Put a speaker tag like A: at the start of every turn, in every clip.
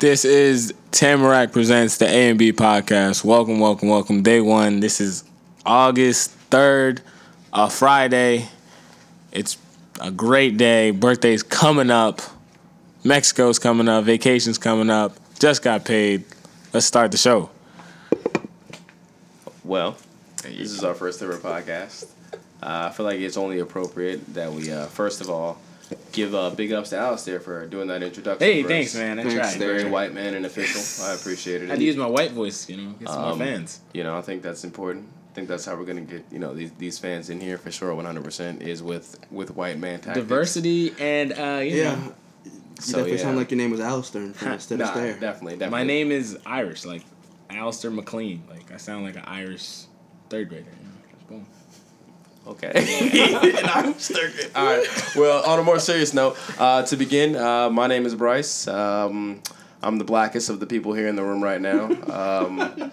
A: This is Tamarack Presents the A and B podcast. Welcome, welcome, welcome. Day one. This is August 3rd, a Friday. It's a great day. Birthday's coming up. Mexico's coming up. Vacation's coming up. Just got paid. Let's start the show.
B: Well, this is our first ever podcast. Uh, I feel like it's only appropriate that we, uh, first of all, give uh, big ups to Alistair for doing that introduction.
A: Hey,
B: for
A: thanks,
B: us.
A: man. I
B: He's
A: tried.
B: Very white man and official. I appreciate
A: I had
B: it.
A: to use my white voice, you know, get some more fans.
B: you know, I think that's important. I think that's how we're gonna get you know these, these fans in here for sure. One hundred percent is with with white man tactics.
A: Diversity and, uh, you
C: Yeah.
A: know,
C: You
B: So,
C: definitely
B: yeah.
C: sound like your name was Alistair in front instead
B: Nah,
C: of Stair.
B: definitely, definitely.
A: My name is Irish, like Alistair McLean. Like I sound like an Irish third grader. you know, just boom.
B: Okay. And I'm stirred. All right. Well, on a more serious note, uh, to begin, uh, my name is Bryce. Um, I'm the blackest of the people here in the room right now. Um,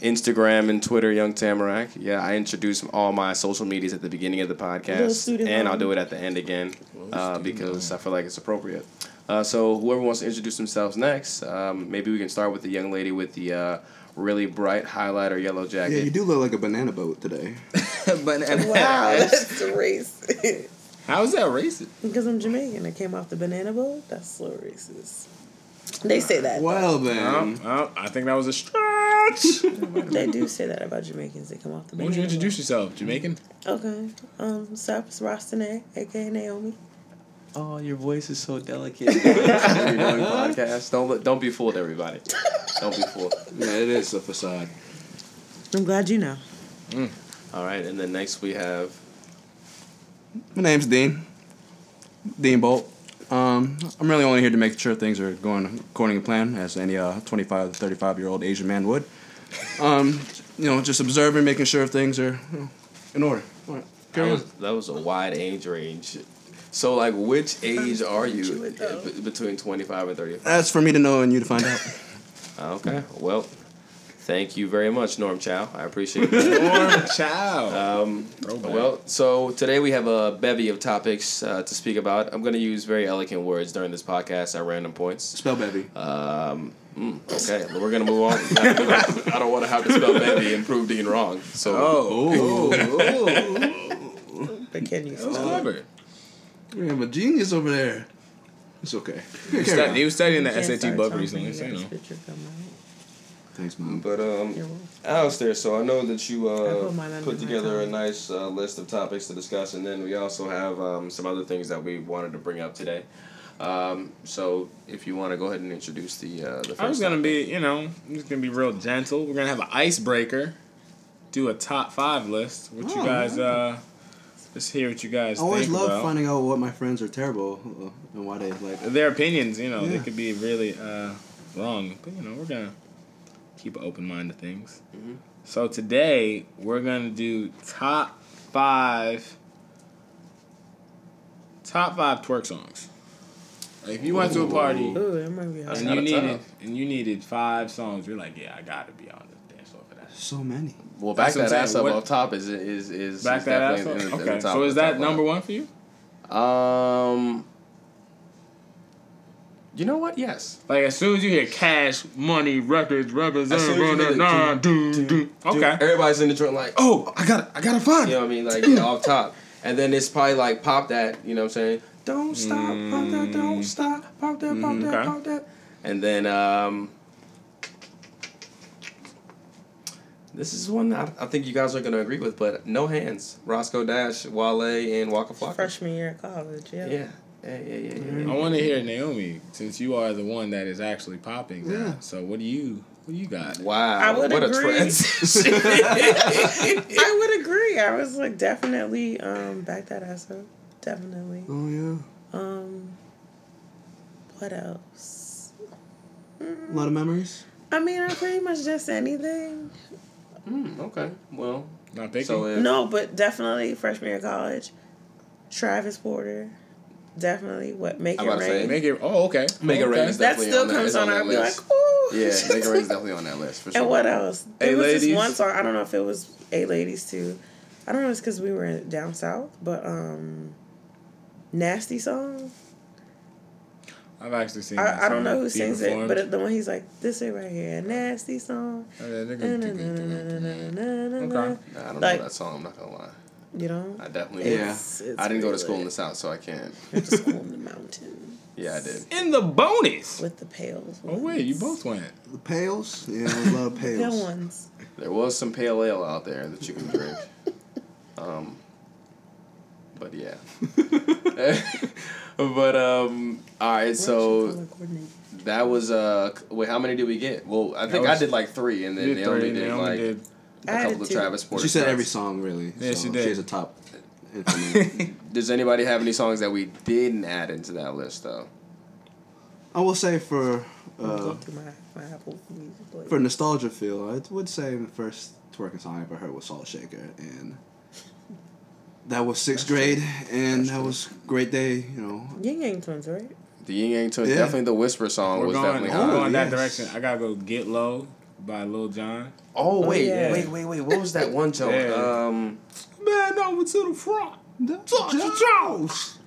B: Instagram and Twitter, Young Tamarack. Yeah, I introduce all my social medias at the beginning of the podcast, and I'll do it at the end again uh, because I feel like it's appropriate. Uh, so, whoever wants to introduce themselves next, um, maybe we can start with the young lady with the uh, really bright highlighter yellow jacket.
C: Yeah, you do look like a banana boat today.
B: but,
D: Wow, that's racist.
A: How is that racist?
D: because I'm Jamaican. I came off the banana boat. That's so racist. They say that.
C: Well then,
A: Um, uh, I think that was a stretch.
D: They do say that about Jamaicans. They come off the banana
A: Won't you introduce yourself, Jamaican?
D: boat. Okay. Um, Saps Rastane, a.k.a. Naomi.
B: Oh, your voice is so delicate. You're doing podcast. Don't let- don't be fooled, everybody. Don't be fooled.
C: yeah, it is a facade.
D: I'm glad you know.
B: All right, and then next we have.
C: My name's Dean. Dean Bolt. Um, I'm really only here to make sure things are going according to plan, as any uh, 25 to 35 year old Asian man would. Um, you know, just observing, making sure things are you know, in order. All right.
B: That
C: Carry on.
B: was, that was a wide age range. So like, which age are you uh, b- between twenty five and thirty?
C: That's for me to know and you to find out.
B: Okay, well, thank you very much, Norm Chow. I appreciate it.
A: Warm child.
B: Um,
A: Throwback.
B: well, so today we have a bevy of topics uh, to speak about. I'm going to use very elegant words during this podcast at random points.
C: Spell baby.
B: Um, mm, okay, well, we're gonna move on. I don't want to have to spell baby and prove Dean wrong. So
A: oh, oh, oh,
D: But can you
A: oh.
D: spell it?
A: clever.
C: We have a genius over there. It's okay.
A: He was,
C: Carry
A: stu-
C: on.
A: he was studying the
D: You can't
A: SAT
D: start
A: book
D: talking
A: recently.
D: when
A: So, you
D: this
A: know.
D: picture come out.
C: Thanks, mom.
B: But
D: You're
B: um,
D: welcome.
B: Alistair, so I know that you
D: I
B: uh,
D: put mine under
B: put
D: my
B: together a
D: tongue.
B: nice uh, list of topics to discuss, and then we also have um, some other things that we wanted to bring up today. Um, so if you want to go ahead and introduce the uh, the first.
A: I was gonna
B: topic.
A: be, you know, I'm just gonna be real gentle. We're gonna have an icebreaker, do a top five list. What you
C: Oh,
A: guys, uh, let's hear what you guys
C: I always
A: think
C: love
A: about.
C: finding out what my friends are terrible uh, and why they like.
A: their opinions, you know, they
C: Yeah.
A: could be really uh, wrong. But you know, we're gonna keep an open mind to things.
B: Mhm.
A: So today we're gonna do top five, top five twerk songs. Like, if you went to a party
D: Ooh, that might be
B: That's
A: and
D: hard.
B: not
A: you
B: a
A: needed
B: top.
A: and you needed five songs, you're like, yeah, I gotta be on the dance floor for that.
C: So many.
B: Well, back
A: That's what
B: that
A: I'm
B: ass
A: saying.
B: up
A: What-
B: on top is is is,
A: Back
B: is
A: that ass
B: definitely in
A: up.
B: the- in the
A: Okay,
B: top
A: so
B: of
A: is
B: the
A: that
B: top
A: number
B: line.
A: one for you?
B: Um, you know what? Yes.
A: Like as soon as you hear cash, money, records, represent,
B: As soon as you
A: run
B: hear
A: it,
B: the
A: nah, do, do,
B: Dude,
A: Okay.
B: everybody's in the joint like, oh, I got, I got to find. You know what I mean? Like yeah, off top, and then it's probably like pop that. You know what I'm saying? Don't stop, pop that, don't stop, pop that, pop that,
A: okay.
B: pop that. And then um, this is one that I I think you guys are gonna agree with, but no hands. Roscoe Dash, Wale, and Waka Flocka.
D: Freshman year of college, yeah.
B: Yeah, yeah, yeah, yeah. yeah,
A: I want to hear Naomi, since you are the one that is actually popping. now.
C: Yeah.
A: So what do you what do you got?
B: Wow,
D: I would
B: what a
D: agree.
B: transition.
D: I would agree. I was like, definitely um, back that ass up. Definitely.
C: Oh yeah,
D: Um, what else?
C: a lot of memories.
D: I mean, I pretty much just anything.
B: Hmm, okay, well,
A: Not picking.
B: so if,
D: No, but definitely freshman year of college. Travis Porter, definitely what make
B: I'm
D: it
B: about to say,
D: rain.
A: Make it. Oh, okay.
B: Make it
A: okay.
B: rain is
D: that
B: definitely
D: still
B: on that-
D: comes
B: it's
D: on.
B: on
D: I'd
B: that
D: be like,
B: list.
D: ooh.
B: yeah, Make It Rain's definitely on that list for sure.
D: And what else?
A: Hey,
D: There was
A: ladies.
D: this one song. I don't know if it was eight ladies too. I don't know. if It's because we were in- down south, but um, nasty song.
A: I I've actually seen. that
D: I, I don't
A: song
D: know who
A: be
D: sings it,
A: performed.
D: but the one he's like, this is right here, a nasty song.
A: Oh, yeah, they're gonna-
D: Okay.
A: Okay.
B: Nah, I don't
D: Like-
B: know that song. I'm not gonna lie.
D: You know?
B: I definitely.
C: Yeah.
D: It's- it's
B: I didn't go to school in
D: really
B: the south, so I can't.
D: lit. Went to school in the mountain
B: Yeah, I did.
A: In the bonus.
D: with the pails.
A: Oh wait, you both went.
E: The pails? Yeah, I love
D: Good
E: pails.
D: ones.
B: There was some pale ale out there that you can drink. um, but yeah. but um, all right. So that was uh. c- Wait, how many did we get? Well, I think I
A: was-
B: did like three, and then
A: You did
B: they
A: three,
B: only
A: and
B: did
A: they
B: like
A: only did.
B: a couple of Travis Porter.
C: She said
B: tracks.
C: every song really.
A: Yeah,
C: so
A: she did.
C: She has a top. information.
B: Does anybody have any songs that we didn't add into that list though?
E: I will say for
D: Go
E: uh,
D: through my, my Apple Music playlist.
E: for nostalgia feel, I would say the first twerking song I ever heard was Salt Shaker, and that was sixth grade, and that was great day. You know,
D: Yin Yang Twins, right?
B: The Yin Yang Twins,
E: Yeah.
B: definitely the Whisper song
A: We're
B: was
A: going, we're
B: definitely
E: oh,
B: hot.
A: going that
E: yes.
A: direction. I gotta go get low by Lil Jon.
B: Oh wait,
D: yeah.
B: wait, wait, wait! What was that one joke?
A: Yeah.
B: Um,
A: Man, over to the front.
E: Jones.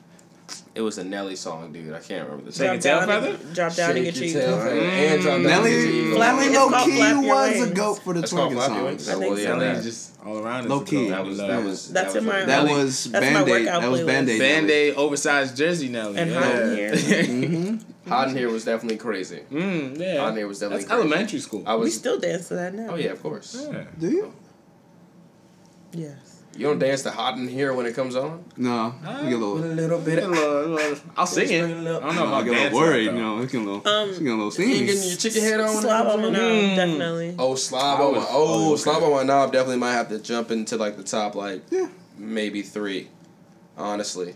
B: it was a Nelly song, dude. I can't remember the
A: Shake
B: song.
A: it down,
D: down and-
A: brother?
D: drop down
B: Shake
D: and get
B: your
D: you.
B: tail feather. And drop down
E: Nelly,
B: and get your ego.
E: Nelly
D: It's
E: low
D: called Flap
E: key
D: Your
E: was a
D: Wings.
E: goat for the
B: That's called
E: twerking
B: Flap Your
E: songs.
B: Wings.
D: I think
B: Well, yeah,
D: so.
A: Nelly's
B: that-
A: just all around. us.
E: Low key.
B: That was
A: Low.
B: that was
D: That's
B: that
D: in my-
B: was
E: That
D: Nelly-
E: was
D: That's my
E: Band Aid.
D: workout
E: That was
D: playlist.
E: Band Aid.
A: Band Aid oversized jersey Nelly.
D: And
A: yeah.
D: hot in here.
B: Mm-hmm.
E: Mm-hmm.
B: Hot in here was definitely crazy.
A: mm, yeah.
B: Hot in here was definitely
A: That's
B: crazy.
A: elementary school.
B: I
D: We
B: was.
D: still dance to that now.
B: oh yeah, of course.
A: yeah.
E: Do you?
D: Yes.
B: You don't dance to Hot in here when it comes on.
E: No, I get a
B: With a little
E: little.
B: bit
A: A
B: of
A: little- a little- I'll sing it. I don't know if
E: I
A: I'll
E: get a
A: dance
E: little
A: to it,
E: worried, you
A: though.
E: know. I get a little.
D: Um,
E: I get a little
B: you getting your
E: steamy.
B: chicken head on. when it
D: Slob
B: comes
D: on my
B: on?
D: knob, definitely.
B: Oh, slob
A: I
B: on my
A: was-
B: oh,
A: oh,
B: slob on my knob. Definitely might have to jump into like the top like
E: Yeah.
B: maybe three. Honestly,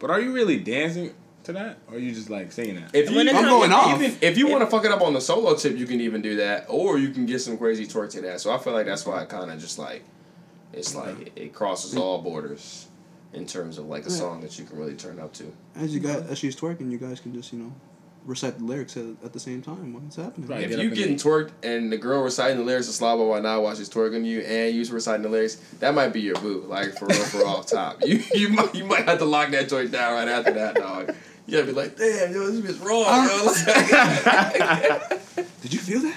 A: But are you really dancing to that, or are you just like singing that?
B: if you
D: When it
E: I'm
D: comes-
E: going off.
B: even if you want to fuck it up on the solo tip, you can even do that, or you can get some crazy twerk to that. So I feel like that's why I kind of just like it's like it, it crosses all borders in terms of like a
E: Yeah.
B: song that you can really turn up to.
E: As you guys, as she's twerking, you guys can just you know recite the lyrics at, at the same time while it's happening.
A: Right.
B: If
A: get
B: you
A: up and
B: getting
A: dance.
B: twerked and the girl reciting the lyrics of Slob on My Knob while she's twerking you, and you reciting the lyrics, that might be your boo. Like for real, for off top, you you might you might have to lock that joint down right after that, dog. You gotta be like, damn, yo, this bitch wrong, yo.
E: Did you feel that?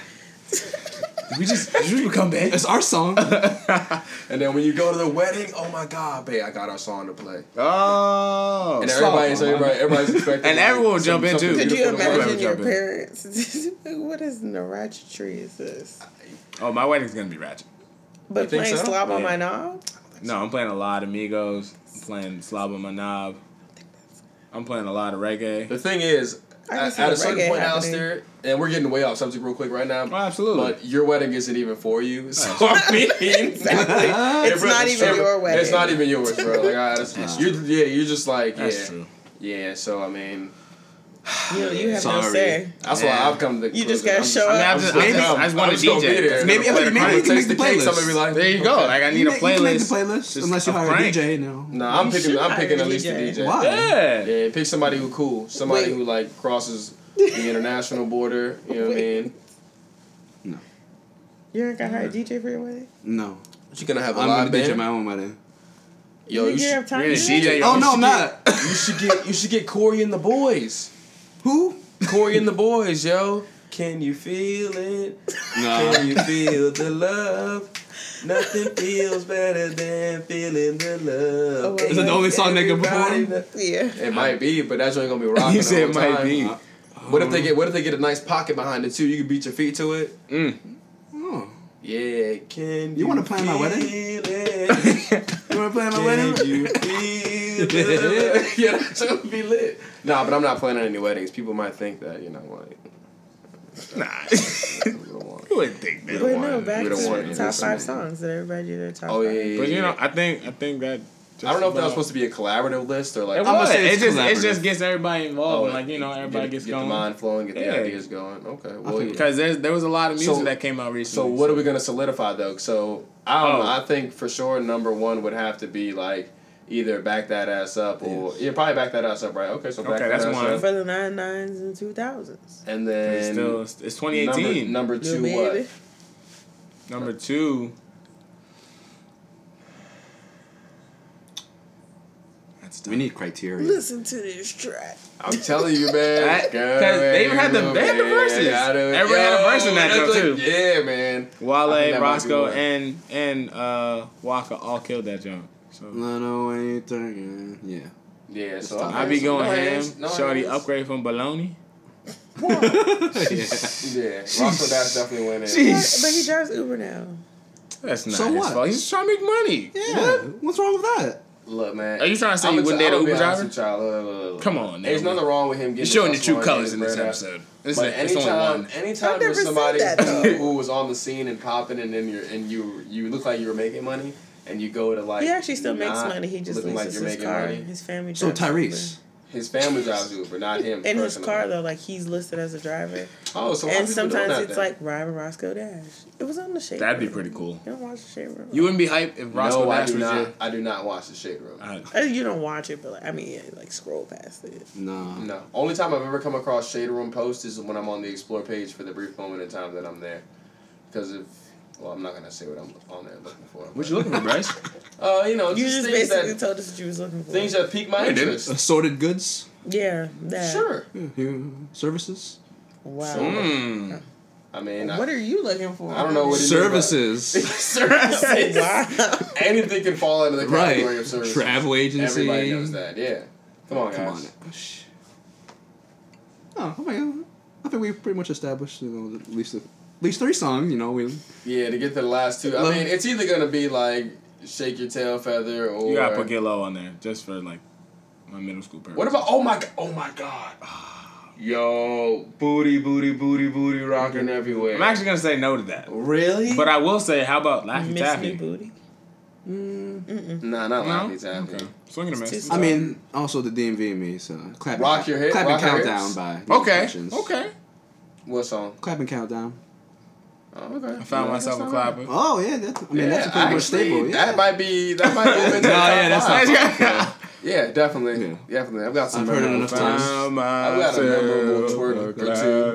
A: we just did you become bad.
E: It's our song.
B: and then when you go to the wedding, oh my god, babe, I got our song to play.
A: Oh,
B: And everybody's everybody, everybody's expecting.
A: And everyone will jump in, too.
D: Could you
A: Beautiful to watch.
D: imagine your
A: Jumping.
D: parents? what is Naracha tree is this?
A: oh, my wedding's gonna be ratchet.
D: But
B: think
D: playing
B: so?
D: slob on
A: Yeah.
D: my knob?
A: No, I'm playing a lot of Migos. I'm playing Slob on my knob. I'm playing a lot of reggae.
B: The thing is,
D: I can
B: at,
D: see
B: at
D: the
B: a certain
D: reggae
B: point,
D: happening.
B: Alistair, and we're getting way off subject real quick right now.
A: Oh, absolutely.
B: But your wedding isn't even for you. So I mean,
D: It's not even your
B: It's
D: wedding.
B: not even yours, bro. Like, I,
E: That's
B: you yeah, you're just like yeah,
A: That's true.
B: yeah. So I mean,
D: You, you have no
E: Sorry.
D: say.
B: that's
A: Yeah.
B: why I've come to.
D: You just
B: conclusion. I'm
D: gotta show
A: I mean,
D: up.
A: I'm just, I just, I just want
B: I'm
A: a
B: just gonna be
A: DJ.
B: there.
E: Maybe- maybe
B: I'm gonna
E: we can
B: taste the
E: make the
B: cake.
E: playlist.
B: Somebody be like,
A: There you go. Like I need
E: You
A: a
E: make-
A: playlist.
E: You make the playlist
A: just
E: unless you
A: of
E: hire
A: Frank.
E: a DJ now.
B: No, I'm
D: You
B: picking.
D: should
B: I'm
D: hire
B: picking
D: a
B: at least a
D: DJ.
B: DJ.
E: Why?
A: Yeah.
B: Yeah, pick somebody who cool. Somebody
D: Wait.
B: who like crosses the international border. You know what I
D: Wait.
B: mean?
D: You ain't gonna hire a DJ for your wedding?
E: No,
B: But you're gonna have a
E: I'm
B: live
E: gonna
B: band.
E: DJ my own wedding.
B: Yo,
D: you
B: you
D: think you
B: should,
D: have time
A: Really,
D: to do
A: DJ
D: that?
A: your
E: Oh
A: own
E: no, I'm
A: shit.
E: not.
B: you should get you should get Corey and the boys.
E: Who?
B: Corey and the boys, yo. Can you feel it?
E: No.
B: Can
E: Uh.
B: you feel the love? Nothing feels better than feeling the
D: Oh,
B: love.
D: well,
E: Is it the only song they can
B: Everybody
E: perform?
B: kn-
D: Yeah.
B: It might be, but that's only gonna be rocking.
A: You
B: the
A: said it
B: whole
A: might
B: time.
A: be.
B: What if they
E: Uh-huh.
B: get What if they get a nice pocket behind it too? You can beat your feet to it.
A: Mm.
E: Oh.
B: Yeah, can you,
E: wanna plan my wedding?
B: feel it?
E: You wanna play at my
B: Can
E: wedding?
B: you feel it? yeah, that's gonna be lit. Nah, but I'm not planning any weddings. People might think that, you know, like. Nah. we don't want-
A: You wouldn't think that.
D: But
B: don't
D: no,
B: want-
D: back
B: we
D: to
B: don't want
D: the
B: any
D: top
B: listening.
D: five songs that everybody do their top
B: Oh yeah,
D: five.
B: yeah, yeah.
A: But you know,
B: yeah.
A: I think I think that.
B: I don't know if that was supposed to be a collaborative list or like.
A: It
E: I'm gonna
A: was.
E: say
A: It
E: it's
A: just it
E: collaborative.
A: just gets everybody
B: oh,
A: involved. and, like you know,
B: get-
A: everybody
B: get,
A: gets
B: get
A: going.
B: the mind flowing, get
A: Yeah.
B: the ideas going. Okay, well,
E: think-
B: yeah.
A: Because there's there was a lot of music
B: So-
A: that came out
B: So
A: recently.
B: what are we gonna solidify though? So I don't
A: Oh.
B: know. I think for sure number one would have to be like either back that ass up or yeah, probably back that ass up, right? Okay, so back
A: Okay,
B: that
A: that's
B: ass
A: one.
B: up,
D: For the nine nines and two thousands.
B: and
A: It's
B: then
A: still it's 2018. Number,
B: Number, number two,
D: Little baby.
B: what?
A: two. I
E: good stuff. We need criteria.
D: Listen to this track.
B: I'm telling you, man.
C: That-
B: God,
C: 'cause
B: man,
C: they even had the-
B: come
C: they had the
B: on,
C: verses.
B: man. I don't-
C: Everybody had a
B: yo,
C: verse in that
B: that's
C: joint,
B: a-
C: too.
B: Yeah, man. I think
A: Wale,
B: that might be
A: Roscoe,
B: one.
A: and and uh, Waka all killed that jump. So
E: No, no, anything. Yeah.
B: Yeah, so
A: I be going ham. Shorty
B: upgrade.
A: upgrade from baloney.
B: Yeah, Roscoe Dash definitely went in.
D: But, but he drives Uber now.
A: That's not
E: So
A: his
E: what?
A: fault. He's just trying to make money.
E: Yeah. What's wrong with that?
B: Look, man.
A: Are you trying to say
B: I'ma
A: you wouldn't
B: t-
A: date an
B: I'ma be
A: Uber
B: honest
A: driver?
B: with y'all. Look, look, look, look.
A: Come on,
B: There's
A: Naomi.
B: nothing wrong with him getting
A: You're showing the
B: first
A: true
B: line
A: colors
B: his
A: in this
B: bread out.
A: episode. It's,
B: But
A: it's only
B: anytime,
A: one.
D: I've
B: anytime
D: never
B: there's
D: said
B: somebody
D: that, though.
B: who was on the scene and popping, and then you're and you you look like you were making money, and you go to like
D: He actually still makes
B: not
D: money. He just
B: looking
D: leases his car. and His family.
E: So
D: drives
E: Tyrese.
B: His family drives Uber, not him.
D: Uber. In his
B: personally.
D: car though, like he's listed as a driver,
B: Oh, so why
D: and
B: people doing
D: sometimes
B: that
D: it's
B: then?
D: like Robin Roscoe Dash. It was on the shape.
A: That'd be pretty cool.
D: You don't watch the shape room.
A: You wouldn't be hype if Roscoe
B: no, I
A: Dash
B: do
A: was
B: not.
A: your.
B: I do not watch the Shade Room.
A: I-
D: Uh, you don't watch it, but like I mean, yeah, like scroll past it.
E: No.
B: No. Only time I've ever come across Shade Room post is when I'm on the Explore page for the brief moment in time that I'm there. Because if, well, I'm not going to say what I'm on there looking for.
A: What you looking for, Bryce?
B: but, Uh, you know,
D: You
B: just,
D: just
B: things,
D: basically
B: that,
D: told us what you was looking for.
B: things that pique my
A: didn't.
B: interest.
E: Assorted goods.
D: yeah, that.
B: Sure. Hmm.
E: Yeah, yeah, services.
D: Wow.
A: Mm.
B: I mean,
D: What
B: I,
D: are you looking for?
B: I don't know what it is.
E: Services.
B: services.
D: wow.
B: Anything can fall into the
E: right.
B: category of services.
E: Travel agency.
B: Everybody knows that, yeah. Come on, guys.
E: Come on. now. Shh. Oh, I mean, I think we pretty much established, you know, at least at least three songs. You know, we
B: Yeah, to get to the last two. I
E: Love-
B: mean, it's either going to be like Shake Your Tail Feather or.
A: You gotta put Get Low on there just for like my middle school purpose.
B: What about oh my god oh my god. Yo, Oh, booty, booty, booty, booty, rocking everywhere.
A: I'm actually gonna say no to that.
B: really?
A: But I will say, how about Laffy
D: Miss me
A: Taffy?
D: booty.
B: nah, not
A: No?
B: Laffy Taffy.
A: Okay. Swing and a miss.
D: It's
E: Mm, I mean, also the DMV and me, so clap
B: Rock
E: and,
B: your head-
E: clap
B: rock
E: and
B: your
E: countdown
B: hips.
E: by the
A: Okay.
E: Impressions.
A: Okay.
B: What song?
E: clap and countdown.
B: Oh, okay.
A: I found myself a clapper.
E: Oh yeah, that's I mean that's a pretty much staple. Yeah,
B: That might be that might be no,
E: yeah, that's
B: five.
A: not-
B: yeah, definitely,
E: Yeah.
B: definitely. I've got some.
E: I've heard it
B: memorable
E: enough
B: twerks.
E: times.
B: I've got a memorable
A: myself
B: twerk
A: a
B: or two.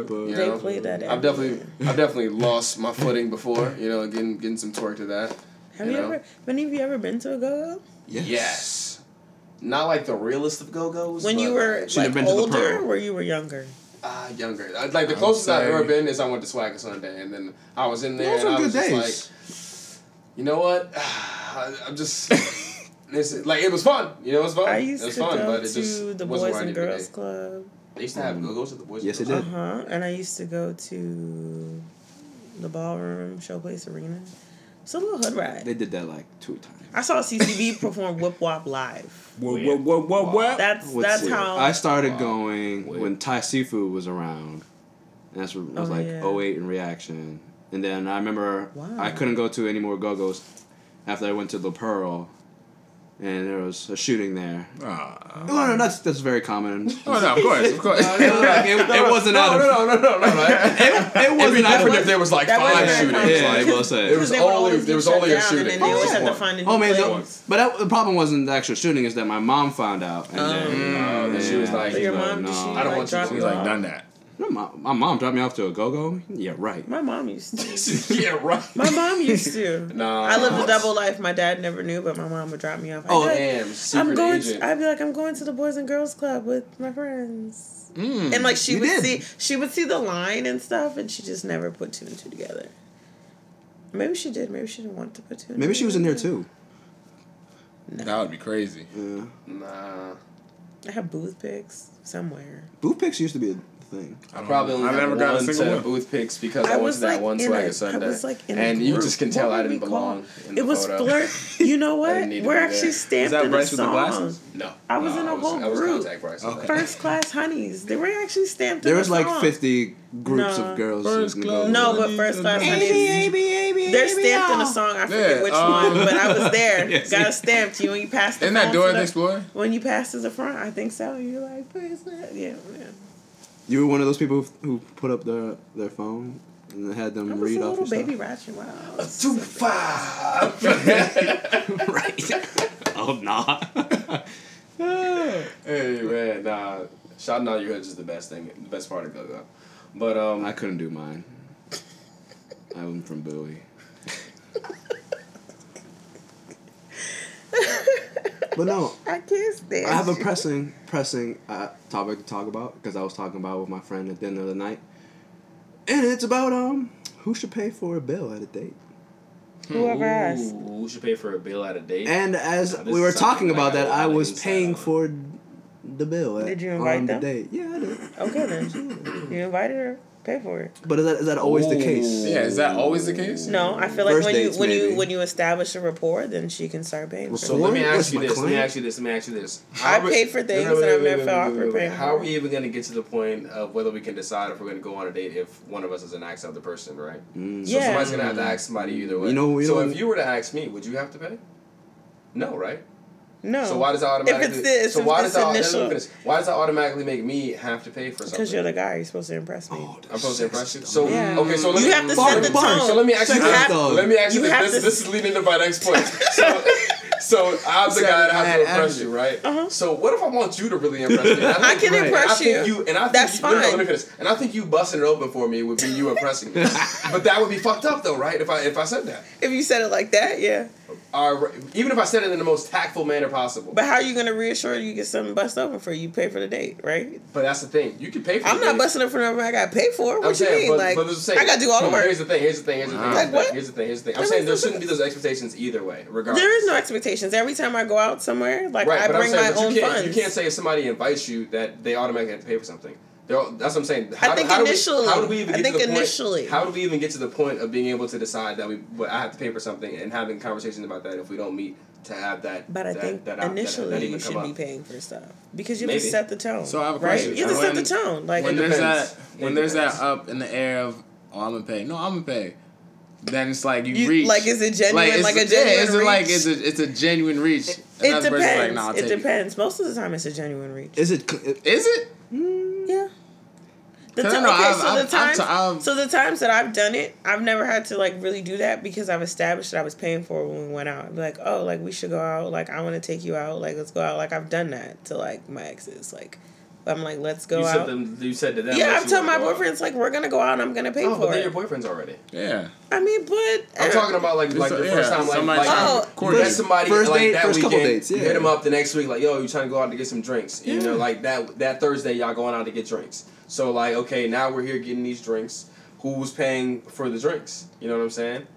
A: clapper.
B: You
D: They
B: know?
D: played that.
B: I've definitely,
D: every year.
B: I've definitely lost my footing before. You know, getting getting some twerk to that.
D: Have
B: you
D: you,
B: know.
D: ever? Many of you ever been to a go-go?
E: yes.
B: Yes. Not like the realest of go go's.
D: When you were
E: Should've
D: like,
E: been to the
D: older,
E: Pearl.
D: or you were younger?
B: Ah, younger. Uh, Like the closest I've
A: say-
B: ever been is I went to Swagger Sunday, and then I was in there.
E: Those
B: and
E: are
B: I
E: good
B: was just
E: days.
B: Like, you know what? I, I'm just. this is, like it was fun. You know, it was fun.
D: I used
B: Oh, it was
D: to
B: fun,
D: go
B: but it just
D: to the
B: wasn't
D: Boys
B: where I
D: and
B: needed to
D: Girls
B: be.
D: Club.
B: They used to have go-go's at the Boys.
E: Yes,
B: and
E: it
D: Uh
E: did.
D: huh. And I used to go to the ballroom, Showplace Arena. It's a little hood ride.
E: They did that like two times.
D: I saw CCB perform Whoop Wop live.
A: Whoa, whoa, whoa, whoa, whoa.
D: That's
E: What's
D: that's
E: it?
D: how
E: I started going
A: Wait.
E: when Thai seafood was around. And that's when it was
D: Oh,
E: like
D: yeah.
E: oh eight 08 in reaction. And then I remember
D: Wow.
E: I couldn't go to any more go-go's after I went to the Pearl and there was a shooting there. Oh,
A: Ah.
E: No, no, that's that's very common.
A: Oh no, of course, of course.
E: No, no, like, it, it wasn't
B: No,
E: out of
B: no, no, no, no, no. no. It,
E: it
B: would be
E: wasn't out of
B: different if there was like
D: That
B: five
D: wasn't
B: shootings.
D: very
E: yeah,
B: like,
E: I will say.
B: There was
D: Because they would
B: only-
D: always
B: there
D: get
B: was
D: shut
B: only a
D: down, and
B: shooting.
D: then they
B: Oh,
D: always
B: yeah.
D: had to find a new
E: Oh man,
D: place.
E: no, but that, the problem wasn't the actual shooting; is that my mom found out, and then
B: Oh, then she was
E: Yeah.
B: like,
D: So your
E: But
D: mom, did
E: no.
D: she
E: I
B: don't want
D: like,
B: you to
D: drop
B: be
A: He's
D: you
A: like
D: off?
A: done that.
E: my, mom- my mom dropped me off to a go go. Yeah, right.
D: My mom used to.
B: yeah, right.
D: My mom used to.
B: Nah.
D: I lived a double life. My dad never knew, but my mom would drop me off. I'd
E: Oh,
D: be like,
B: Damn, secret
D: I'm going.
B: agent.
D: To, I'd be like, I'm going to the Boys and Girls Club with my friends.
A: Mm.
D: And like she
E: You
D: would
E: did.
D: see, she would see the line and stuff, and she just never put two and two together. Maybe she did. Maybe she didn't want to put two. and
E: Maybe
D: two
E: she was in there
D: together.
E: too.
A: That would be crazy.
E: Yeah.
B: nah.
D: I have booth pics somewhere.
E: Booth picks used to be a thing.
B: I probably only
A: I've never got a
B: one
A: single
B: set of
A: one.
B: booth picks because I,
D: I
B: went
D: was,
B: to that
D: like,
B: one
D: in a- I
B: Swagger Sunday.
D: was, like, in a
B: and you
D: group.
B: just can tell
D: What
B: I
D: were
B: didn't
D: we
B: belong. In
D: It
B: the
D: was
B: photo.
D: blur. You know what?
B: didn't need to
D: We're
B: be
D: actually
B: there.
A: Is
D: stamped
A: that
D: in
A: Bryce
D: a
A: with the
D: song.
A: glasses?
B: No,
D: I was
B: No,
D: in a whole
B: I was
D: group.
B: contact Bryce.
A: Okay.
D: First class honeys. They were actually stamped.
E: There
D: in
E: was
D: the
E: like
D: song.
E: fifty groups
D: No.
E: of girls.
A: First
E: in the
A: class.
E: go-go.
D: No, but first class honeys. They're stamped in a song. I forget
A: Yeah,
D: which
A: um,
D: one, but I was there.
E: Yes.
D: Got stamped. You when you passed. The
A: Isn't that
D: phone to
A: door in
D: the-
A: the Explorer?
D: When you passed to the front, I think so. You're like, please, man. yeah, man.
E: You were one of those people who, who put up their their phone and had them
D: I was
E: read
D: a
E: off
D: little
E: your
D: baby ratchet while I was
B: Two
D: seven.
B: five.
E: stuff. right. oh nah.
B: hey man, nah. Shouting out your hoods is the best thing, the best part of Go Go. But um,
E: I couldn't do mine. I'm from Bowie. But no,
D: I can't stand.
E: I have a
D: you.
E: pressing pressing uh, topic to talk about because I was talking about it with my friend at dinner the night, and it's about um who should pay for a bill at a date.
D: Whoever asked.
B: Ooh, we should pay for a bill at a date.
E: And as
B: Now, this is
E: we were
B: something
E: talking
B: like uh,
E: about
B: I
E: that,
B: don't
E: I
B: have
E: was
B: any insight
E: paying
B: on.
E: for the bill. At,
D: Did you invite
E: on
D: them?
E: The date. Yeah, I did.
D: Okay then. You invited her. Pay for it.
E: But is that is that always the case?
A: Yeah, is that always the case?
D: No, I feel like
E: First
D: when you
E: dates,
D: when
E: maybe.
D: you when you establish a rapport, then she can start paying. For
B: So
D: it.
E: What?
B: let me ask
E: That's
B: you
E: my
B: this. Let me
E: client.
B: ask you this. Let me ask you this.
D: I
B: How are-
D: paid for
B: No,
D: things
B: no, wait,
D: and I've
B: wait,
D: never
B: wait,
D: felt
B: wait,
D: awkward
B: wait, wait.
D: paying
B: How
D: for
B: are
D: it.
B: we even going to get to the point of whether we can decide if we're going to go on a date if one of us is an axe of the person, right?
D: Mm.
B: So
D: Yeah.
B: somebody's going to have to ask somebody either way.
E: You know- you
B: so
E: know-
B: if you were to ask me, would you have to pay? No, right?
D: No.
B: So why does that automatically?
D: this-
B: so
D: if
B: why does
D: it's
B: that,
D: initial-
B: let me finish. Why does that automatically make me have to pay for something?
D: Because you're the guy, you're supposed to impress
E: Oh,
D: me.
B: I'm supposed to impress you. So
D: Yeah.
B: okay, so let
D: You
B: me,
D: have to
B: so
D: set
B: let
D: the
B: me-
D: tone.
B: So let me ask you.
D: You
B: this.
D: have-
B: let me ask you.
D: you
B: this.
D: have
B: This,
D: to-
B: this is leading to my next point. So, so I'm the guy that has to
E: Seven-hand
B: impress you, right? So what if I want you to really impress me? And
D: Uh-huh. I can
E: Right.
B: I
D: impress
B: think
D: you.
B: you and I think
D: That's
B: you, no, no, let
D: fine.
B: me finish. And I think you busting it open for me would be you impressing me. but that would be fucked up though, right? If I if I said that,
D: If you said it like that, yeah.
B: All right. even if I said it in the most tactful manner possible.
D: But how are you gonna reassure you get something bust open for you? Pay for the date, right?
B: But that's the thing. You can pay for.
D: I'm
B: the
D: not
B: date.
D: busting up for nothing I got paid for. What
B: I'm
D: you
B: saying,
D: mean?
B: but,
D: like
B: but this is what I'm saying.
D: I gotta do all the work.
B: Here's the thing. Here's the thing. Here's the thing.
D: Like
B: Here's the
D: what?
B: thing. Here's the thing. Here's the thing. I'm
D: That
B: saying
D: makes
B: there
D: no
B: shouldn't be those expectations either way, regardless.
D: There is no expectations. Every time I go out somewhere, like
B: Right,
D: I
B: but I'm
D: bring
B: saying
D: my
B: but you
D: own
B: can't,
D: funds.
B: You can't say if somebody invites you that they automatically have to pay for something. They're all- that's what I'm saying. How,
D: think
B: how Do
D: initially.
B: we, how do we even
D: I
B: get
D: think
B: to the
D: initially.
B: Point, how do we even get to the point of being able to decide that we well, I have to pay for something and having conversations about that if we don't meet to have that?
D: But I
B: that,
D: think
B: that, out- that-
D: initially
B: that, even
D: you
B: come
D: should
B: up.
D: be paying for stuff because you have
B: Maybe.
D: to set the tone.
A: So I have a
D: right?
A: question.
D: You have to set
A: When-
D: the tone. Like
A: when
B: It
A: there's
B: depends.
A: that
B: It
A: when there's that
B: depends.
A: up in the air of oh, I'm gonna pay. No, I'm gonna pay. Then it's like you,
D: You-
A: reach.
D: like, is it genuine? Like a
A: yeah,
D: genuine
A: is it like
D: reach?
A: it's a it's a genuine reach?
D: it
A: Another person's
D: depends.
A: Like, nah, I'll
D: it
A: take
D: depends. Most of the time, it's a genuine reach.
E: Is it? c-
A: Is it?
D: Yeah. The
A: 'Cause I
D: time,
A: know
D: okay,
A: I've-
D: so
A: I've-
D: the
A: I've
D: times,
A: t- I've-
D: so the times that I've done it, I've never had to like really do that because I've established that I was paying for it when we went out. I'd be like, oh, like we should go out. Like I want to take you out. Like let's go out. Like I've done that to like my exes. Like I'm like, let's go
B: You said,
D: out.
B: them, you said to them.
D: yeah,
B: that
D: I'm
B: you
D: telling my
B: wanna go out.
D: boyfriends like we're gonna go out. and I'm gonna pay
B: Oh, but
D: for
B: they're
D: it.
B: your boyfriends already.
A: Yeah.
D: I mean, but uh,
B: I'm talking about like like
A: So,
B: the first
A: yeah,
B: time like,
A: somebody
B: like
A: trying to
D: Oh.
A: record
B: you
A: you.
B: met somebody
E: First
B: like
E: date,
B: that
E: first
B: weekend,
E: couple dates,
B: you
E: yeah.
B: hit them up the next week like yo you trying to go out to get some drinks you know like that that Thursday y'all going out to get drinks so like okay now we're here getting these drinks who's paying for the drinks you know what I'm saying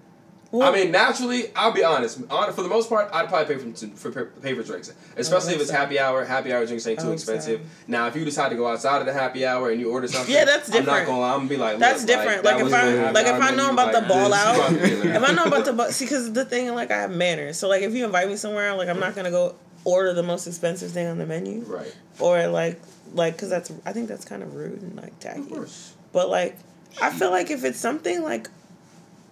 B: I
D: Well-
B: mean naturally I'll be honest Hon- for the most part I'd probably pay for, for pay for drinks especially if it's happy hour happy hour drinks ain't
D: I
B: too
D: hope so.
B: expensive now if you decide to go outside of the happy hour and you order something
D: Yeah, that's
B: I'm not
D: different.
B: gonna lie, I'm gonna be like
D: That's
B: look,
D: different.
B: that
D: Like, if
B: was
D: I-
B: really happy
D: like, if
B: hour
D: I
B: menu,
D: know about the
B: like,
D: ball
B: this is
D: out,
B: fucking good.
D: if I know about the bu- see, because the thing like I have manners. So like if you invite me somewhere, like I'm not gonna go order the most expensive thing on the menu,
B: Right.
D: Or like like because that's I think that's kind of rude and like tacky.
B: Of course.
D: But like I feel like if it's something like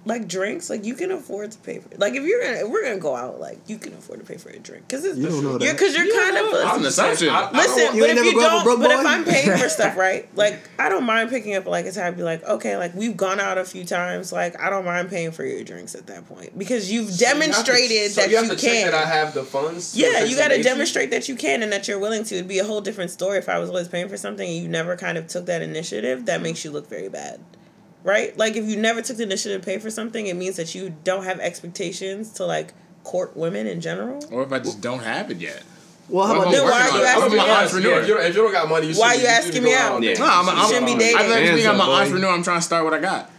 D: like drinks, like you can afford to pay for. Like if you're gonna if we're gonna go out, like you can afford to pay for a drink because it's
E: You don't know
D: you're
E: that.
D: because you're kind of a-
A: I'm an assumption.
D: Listen,
E: You ain't
D: but if
E: never
D: you
E: grow up a
D: don't,
E: broke
D: but
E: boy?
D: if I'm paying for stuff, right? Like I don't mind picking up like a tab. Be like, okay, like we've gone out a few times. Like I don't mind paying for your drinks at that point because you've demonstrated
B: So
D: that
B: you
D: you,
B: have to check
D: can.
B: that I have the funds. to
D: yeah,
B: take
D: you
B: some
D: got to
B: dates.
D: demonstrate that you can and that you're willing to. It'd be a whole different story if I was always paying for something and you never kind of took that initiative. That makes you look very bad, right? Like if you never took the initiative to pay for something, it means that you don't have expectations to like court women in general.
A: Or if I just don't have it yet.
D: Oh,
E: Well, how
A: Well,
E: about
A: then
E: this?
D: why are you
B: I'm
D: asking
B: gonna be
D: me out?
B: honest. Yeah, if, you don't, if you don't got money, you
D: Why
B: should,
D: you asking me out?
B: Yeah.
A: No, I'm. I'm,
D: You shouldn't be
A: I'm-
D: dating.
A: I like to think I'm an
C: Answer, boy.
A: entrepreneur. I'm trying to start what I got.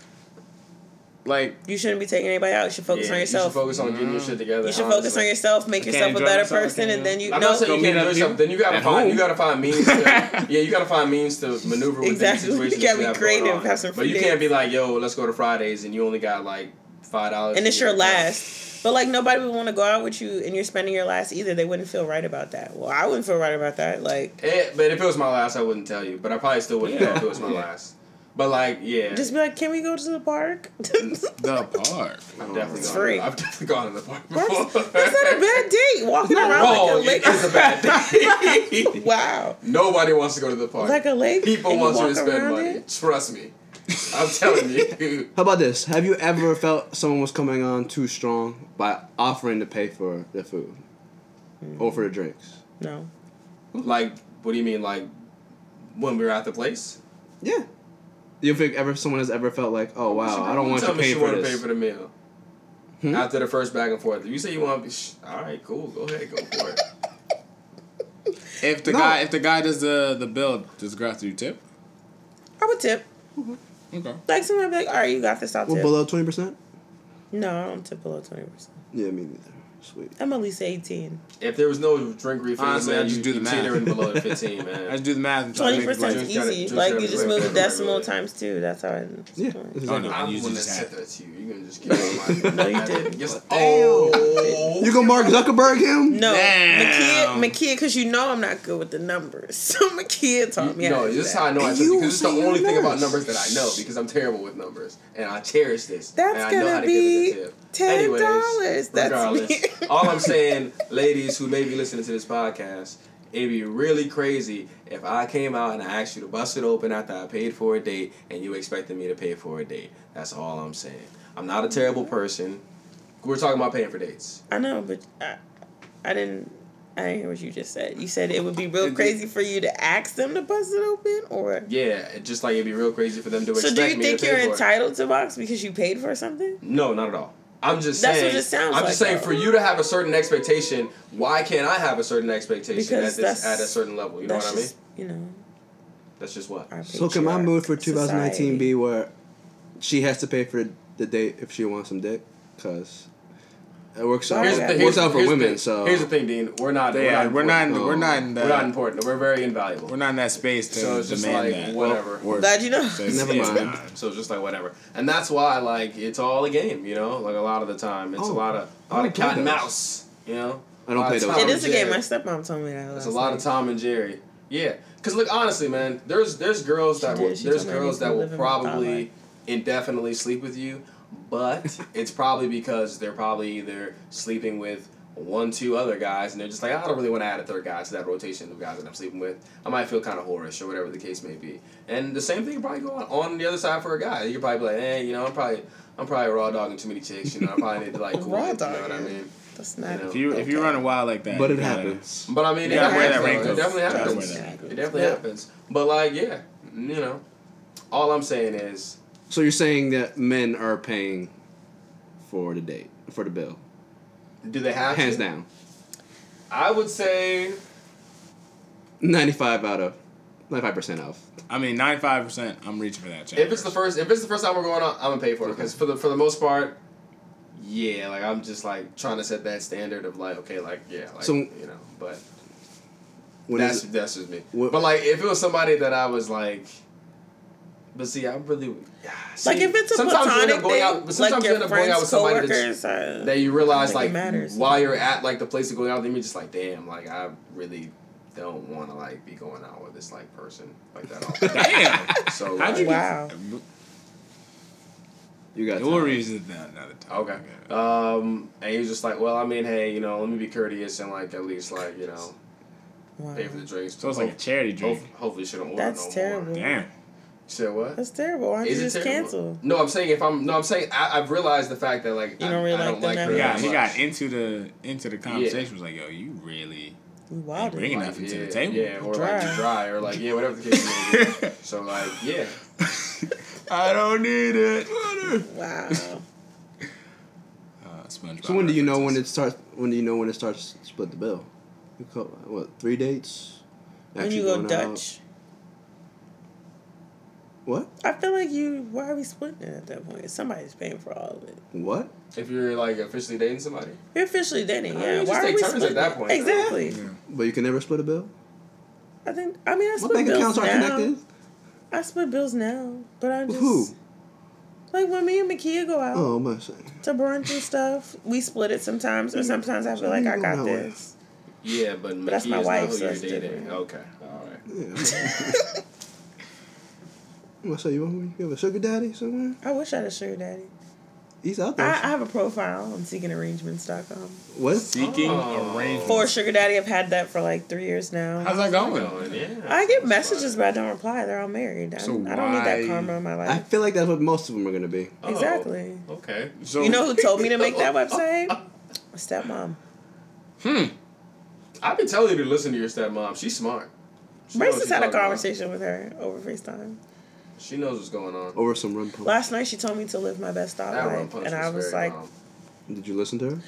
A: Like
D: You shouldn't be taking anybody out. You should focus on
B: You should
D: yourself.
B: focus on getting your shit together.
D: You should
B: honestly.
D: focus on yourself, make
A: can't
D: yourself a
A: enjoy
D: better
A: myself, I
D: person,
A: can't-
D: and then you
B: I'm
D: know.
B: not saying
A: Go
B: you
A: meet
B: can't
A: other
B: do something. Then you gotta
A: at
B: find. You
A: home.
B: gotta find means. To, yeah, you gotta find means to maneuver with the
D: Exactly. You
B: situation.
D: gotta
B: that
D: be
B: have
D: creative,
B: going on.
D: have some
B: But
D: free
B: you can't
D: days.
B: be like, yo, let's go to Fridays, and you only got like five dollars.
D: and it's your last. But like nobody would want to go out with you, and you're spending your last either. They wouldn't feel right about that. Well, I wouldn't feel right about that. Like
B: Eh, but if it was my last, I wouldn't tell you. But I probably still wouldn't tell if it was my last. But like, yeah,
D: just be like, can we go to the park?
A: the park.
B: I've definitely
D: It's
B: gone.
D: free.
B: I've definitely gone to the park before.
D: That's, that's not a bad date. Walking around
B: Oh,
D: like
B: it
D: a
B: is a
D: lake.
B: bad day.
D: Wow,
B: Nobody wants to go to the park.
D: like a lake.
B: People
D: and you
B: want you to
D: walk
B: spend
D: around
B: money.
D: it?
B: Trust me. I'm telling you.
E: How about this? Have you ever felt someone was coming on too strong by offering to pay for their food or for the drinks?
D: No,
B: like, what do you mean? Like, when we were at the place?
E: Yeah. You think ever someone has ever felt like, oh wow, I don't want
B: Tell
E: to
B: me
E: pay
B: she
E: for
B: wanna pay
E: this?
B: for the meal. After the first back and forth, you say you want. Shh, all right, cool. Go ahead, go for it.
A: If the
E: No.
A: guy if the guy does the the build, does Graf do you tip?
D: I would tip.
A: Okay.
D: Like someone be like, all right, you got this. I'll
E: Well,
D: tip.
E: below twenty percent.
D: no, I don't tip below twenty percent.
E: Yeah, me neither. Sweet.
D: I'm at least eighteen.
B: If there was no drink refund,
A: Honestly,
B: man,
A: I just
B: you,
A: do the
B: you
A: math.
B: teetering below at 15, man.
A: I just do the math. and try to
D: Twenty
A: make it
D: percent
A: like-
D: is
B: just gotta-
D: easy.
B: just
D: like
B: gotta
D: you just
B: break
D: move the
B: it down,
D: decimal
B: really.
D: times two. That's how I.
E: Yeah. this is
A: Oh,
E: it.
A: no.
B: I'm
A: You
B: the one that
A: just
B: said
A: had-
B: that to you. You're gonna just keep it on
D: No, you didn't.
B: Yes. oh.
E: You gonna Mark Zuckerberg him?
D: No,
A: Damn.
D: Makia, Makia, because you know I'm not good with the numbers. So Makia taught me. how
B: no,
D: to do
B: this is
D: that.
B: how I know I
E: And
B: took it
E: you
B: because it's the
E: say you're
B: only thing about
E: nurse.
B: numbers that I know because I'm terrible with numbers and I cherish this.
D: That's
B: and I know
D: gonna
B: how to
D: be
B: give it a tip.
D: $10.
B: Anyways,
D: That's
B: regardless,
D: me.
B: all I'm saying, ladies who may be listening to this podcast, it'd be really crazy if I came out and I asked you to bust it open after I paid for a date and you expected me to pay for a date. That's all I'm saying. I'm not a terrible person. We're talking about paying for dates.
D: I know, but I, I didn't. I didn't hear what you just said. You said it would be real crazy for you to ask them to bust it open, or
B: Yeah, it- just like it'd be real crazy for them to
D: so.
B: expect
D: Do you
B: me
D: think
B: to pay
D: you're
B: for it.
D: entitled to box because you paid for something?
B: No, not at all. I'm just
D: That's what
B: saying.
D: it sounds
B: I'm just
D: like,
B: saying
D: though.
B: for you to have a certain expectation. Why can't I have a certain expectation
D: Because
B: at this
D: that's-
B: at a certain level? You know what I mean?
D: just, You know.
B: That's just what.
D: Our
E: So can my mood for
D: patriarch
E: 2019
D: society.
E: be where she has to pay for the date if she wants some dick? Cause it works out.
B: Here's the thing.
E: It
B: Here's,
E: works out for
B: here's the
E: women.
B: thing.
E: So
B: here's the thing, Dean. We're not.
A: They
B: we're
A: are-
B: not.
A: we're not.
B: important.
A: We're not. In the,
B: We're not important. We're very invaluable.
A: We're not in that space to
B: So it's just
A: demand
B: like,
A: that.
B: whatever.
A: Or-
D: Glad you know.
A: so it's-
E: Never
A: it's
E: mind.
A: not.
B: So it's just like whatever, and that's why like it's all a game. You know, like a lot of the time, it's a
E: Oh.
B: lot of a
E: I
B: lot
E: don't
B: of cat
E: play
B: and
E: those.
B: mouse. You know,
E: I don't
B: A lot
E: play
B: of
E: those.
B: Tom
D: It
E: It
B: and
D: is a game. My
B: Jerry.
D: stepmom told me that.
B: It's a lot of Tom and Jerry. Yeah, because look, honestly, man, there's there's girls that
D: She
B: will,
D: did. She
B: there's
D: told me I
B: girls
D: need
B: that
D: to
B: will
D: live in my
B: probably
D: twilight.
B: indefinitely sleep with you, but it's probably because they're probably either sleeping with one, two other guys, and they're just like, I don't really want to add a third guy to that rotation of guys that I'm sleeping with. I might feel kind of whorish or whatever the case may be. And the same thing could probably go on, on the other side for a guy. You could probably be like, hey, you know, I'm probably I'm probably raw dogging too many chicks. You know, I probably need to like cool
D: Raw
B: it, You know what I
D: dogging.
B: mean?
D: That's not.
B: You know,
A: If you if you
D: okay.
A: running wild like that,
E: But
A: you
E: it
A: gotta-
E: happens.
B: But I mean,
A: You gotta
B: it
A: wear that
B: happens, though.
A: raincoat.
B: It definitely
A: You gotta
B: happens.
A: wear that
B: It
D: raincoat.
B: definitely
E: Yeah.
B: happens. But like, yeah, you know, all I'm saying is,
E: So you're saying that men are paying for the date for the bill,
B: do they have
E: hands
B: to?
E: down.
B: I would say,
E: 95 out of 95 percent of.
A: I mean, ninety five percent. I'm reaching for that check.
B: if it's the first, if it's the first time we're going on, I'm gonna pay for it because for the for the most part, yeah, like I'm just like trying to set that standard of like, okay, like yeah, like
E: So-
B: you know, but
E: When
B: that's
E: is it?
B: that's just me.
E: what-
B: but like, if it was somebody that I was like. But see, I really see,
D: Like if it's a
B: sometimes you end
D: platonic
B: up going
D: thing,
B: out, but
D: like
B: sometimes you end
D: your
B: up going out with
D: friends,
B: somebody that's-
D: coworkers, uh,
B: that you realize
D: I
B: like
D: don't think it matters.
B: while you're at like the place to go out, then you're just like, damn, like I really don't want to like be going out with this like person like that. All the time.
A: damn,
B: so
A: how'd you
B: like,
D: Wow.
E: You got
A: get? We'll
E: time.
A: reason that another time.
B: okay, um, and you're just like, well, I mean, hey, you know, let me be courteous and like at least like you know
D: Wow.
B: pay for the drinks.
A: So it's like a
D: Oh.
A: charity drink.
B: Hopefully, hopefully she don't order
D: That's
B: no
D: terrible.
B: more. You
A: Damn.
B: said what?
D: That's terrible. Why don't you
B: Is it
D: just
B: terrible?
D: cancel?
B: No, I'm saying if I'm no, I'm saying I, I've realized the fact that like
D: You
B: I,
D: don't really
B: I don't
D: like them
B: like
D: that
B: her.
D: much.
A: Yeah,
B: that
A: he
B: much.
A: got into the into the conversation. Was like, yo, you really.
D: You
A: Ain't
D: wilding.
A: bringing
B: Like,
A: nothing to
B: yeah,
A: the table.
B: Yeah, or like
D: Dry.
B: you dry, or like yeah, whatever the case may be. So like yeah,
A: I don't need it. Water.
D: Wow.
A: Uh, SpongeBob.
E: So when do you know when
A: references.
E: it starts? When do you know when it starts? to Split the bill. You call, what three dates?
D: when you
E: Actually
D: go
E: going out.
D: Dutch,
E: What?
D: I feel like you. Why are we splitting it at that point? Somebody's paying for all of it.
E: What?
B: if you're like officially dating somebody.
D: You're officially dating.
B: I
D: Yeah.
B: mean, you
D: why
B: just
D: are
B: take
D: we
B: turns at
D: splitting
B: that
D: it?
B: point.
D: Exactly.
E: But you can never split a bill.
D: I think. I mean, I
E: What
D: split
E: bank
D: bills
E: accounts are
D: now.
E: connected?
D: I split bills now, but I
E: With
D: just
E: who?
D: like when me and Makia go out
E: Oh, my saying.
D: to brunch and stuff. We split it sometimes, or sometimes I feel like I
E: you
D: got
E: going out with?
D: this.
B: Yeah, but
D: that's
B: Mickey
D: my
B: is
D: wife,
B: not who
D: so
B: you're
D: that's
B: dating.
D: different.
B: Okay, all right.
E: Yeah. I say you want you have a sugar daddy somewhere?
D: I wish I had a sugar daddy.
E: He's out
D: I,
E: there.
D: I have a profile on seekingarrangements.com.
E: what?
A: Seeking
B: Oh.
A: arrangements.
D: For sugar daddy, I've had that for like three years
A: How's
D: now.
A: that going?
B: Going, yeah.
D: I get messages, but I don't reply. They're all married. I,
A: So
D: I don't need that
A: why-
D: karma in my
E: I
D: life.
E: feel like that's what most of them are gonna be.
B: Oh,
D: Exactly.
B: Okay.
A: So,
D: You know who told me to make that website? My stepmom.
A: hmm,
B: I've been telling you to listen to your stepmom. She's smart. She knows
D: Brace
B: what's
D: just had a
B: going on.
D: conversation with her over FaceTime.
B: She knows what's going on.
E: Over some rum pump.
D: Last night, she told me to live my best thought
B: That rum
D: life.
B: punch
D: And I was
B: very
D: like,
B: wrong.
E: Did you listen to her?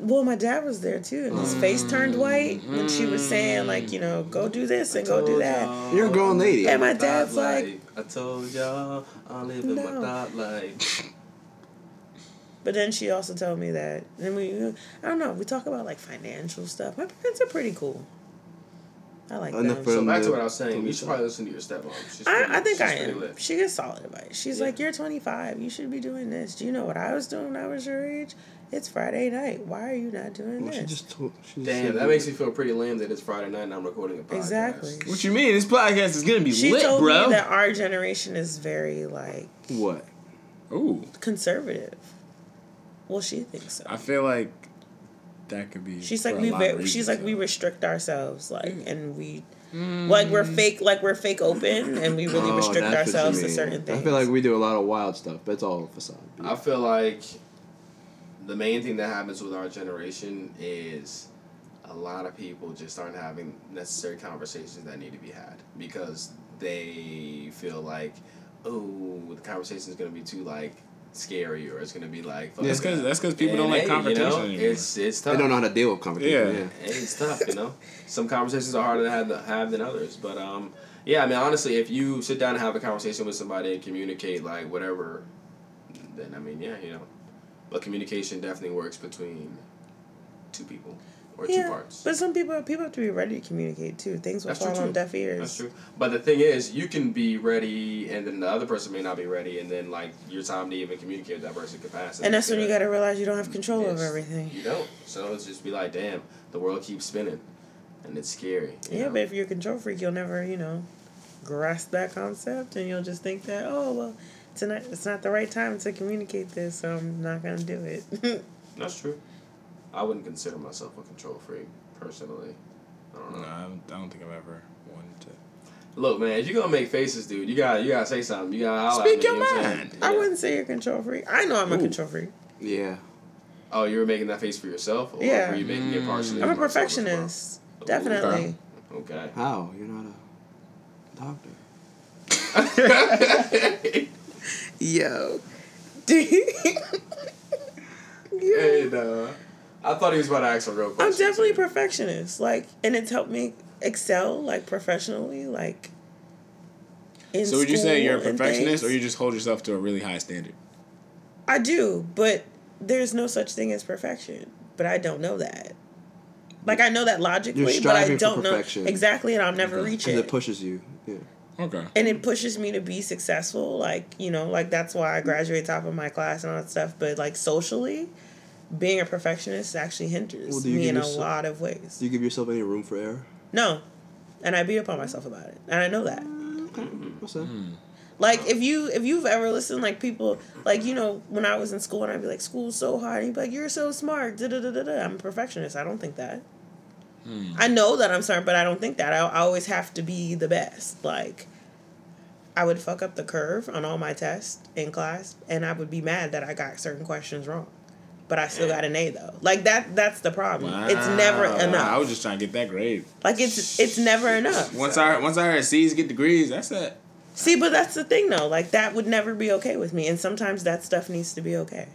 D: Well, my dad was there too, and his face turned white when she was saying, like, you know, go do this and go do that.
E: You're a grown lady.
D: And my dad's like,
B: I told y'all I live in my
D: No.
B: thought life.
D: But then she also told me that, and we, I don't know, we talk about like financial stuff. My parents are pretty cool. I like
E: And the
D: them.
E: first-
B: So back to what I was saying, you should probably listen to your stepmom. She's pretty-
D: I, I think
B: she's
D: I
B: pretty
D: am.
B: lit.
D: She gives solid advice. She's
B: Yeah.
D: like, You're 25. You should be doing this. Do you know what I was doing when I was your age? It's Friday night. Why are you not doing
E: Well, she
D: this?
E: just told. She just
B: Damn,
E: said
B: that makes me feel pretty lame that it's Friday night and I'm recording a podcast.
D: Exactly.
A: What you mean? This podcast is gonna be
D: She
A: lit,
D: told
A: bro.
D: me that our generation is very, like,
E: what?
A: Ooh,
D: conservative. Well, she thinks so.
A: I feel like that could be.
D: She's
A: for
D: like
A: a
D: we
A: lot of
D: ve- she's
A: reasons,
D: like we
A: though.
D: restrict ourselves like
B: Mm.
D: and we like we're fake like we're fake open and we really
E: Oh,
D: restrict
E: that's what you
D: ourselves to
E: mean.
D: certain things.
E: I feel like we do a lot of wild stuff, but it's all facade.
B: I feel like the main thing that happens with our generation is a lot of people just aren't having necessary conversations that need to be had because they feel like, oh, the conversation is going to be too like scary or it's going to be like. fucking-
A: That's because that's because people don't
B: And,
A: like
B: hey,
A: confrontation
B: You know,
A: anymore.
B: it's it's tough.
E: They don't know how to deal with competition.
A: Yeah.
E: Yeah.
B: Hey, it's tough, you know. Some conversations are harder to have, to have than others, but um, yeah. I mean, honestly, if you sit down and have a conversation with somebody and communicate like whatever, then I mean, yeah, you know, but communication definitely works between two people or two
D: yeah,
B: parts.
D: but some people people have to be ready to communicate too. Things will
B: That's
D: fall
B: true,
D: on
B: too.
D: deaf ears.
B: That's true. But the thing is, you can be ready, and then the other person may not be ready, and then like your time to even communicate with that person can pass.
D: And that's when you
B: it's-
D: got to realize you don't have control over
B: Yes.
D: everything.
B: You don't. So it's just be like, damn, the world keeps spinning, and it's scary. you
D: Yeah,
B: know?
D: but if you're a control freak, you'll never, you know, grasp that concept, and you'll just think that, oh well, tonight it's not the right time to communicate this, so I'm not gonna do it.
B: That's true. I wouldn't consider myself a control freak personally. I don't know.
A: No, I don't, I don't think I've ever wanted to.
B: Look, man, if you're gonna make faces, dude, you gotta you gotta say something. You gotta holler at
A: Speak
B: me,
A: your
B: you know what I'm
A: mind.
B: saying?
D: I
B: Yeah.
D: wouldn't say you're a control freak. I know I'm a
A: Ooh.
D: control freak.
E: Yeah.
B: Oh, you were making that face for yourself, or
D: Yeah.
B: were you making it partially?
D: I'm a
B: for myself as well?
D: perfectionist.
B: Ooh,
D: Definitely.
B: Okay.
E: How? You're not a doctor.
D: Yo.
B: and, uh, I thought he was about to ask a real question.
D: I'm definitely a perfectionist. Like, and it's helped me excel, like, professionally, like, in
A: So would you say
D: school
A: you're a
D: and
A: perfectionist, or
D: things.
A: you just hold yourself to a really high standard?
D: I do, but there's no such thing as perfection. But I don't know that. Like, I know that logically, but I
E: striving for
D: don't know
E: perfection.
D: exactly, and I'll never reach
E: Because
D: it.
E: it pushes you. Yeah.
A: Okay.
D: and it pushes me to be successful like you know like that's why i graduate top of my class and all that stuff but like socially being a perfectionist actually hinders
E: Well, do you
D: me
E: give
D: in a
E: yourself-
D: lot of
E: Do
D: ways
E: you give yourself any room for error?
D: no and i beat up on myself about it and i know that
E: What's that?
D: Mm. like if you if you've ever listened like people like you know when i was in school and i'd be like school's so hard and you'd be like you're so smart da da da da da i'm a perfectionist i don't think that
A: Hmm.
D: i know that i'm smart but i don't think that I, I always have to be the best like i would fuck up the curve on all my tests in class and i would be mad that i got certain questions wrong but i still got an a though like that that's the problem it's never
A: Wow. I
D: enough
A: was just trying to get that grade.
D: like it's it's never enough
A: Once I once I heard C's get degrees, that's it.
D: See, but that's the thing though. Like that would never be okay with me, and sometimes that stuff needs to be okay.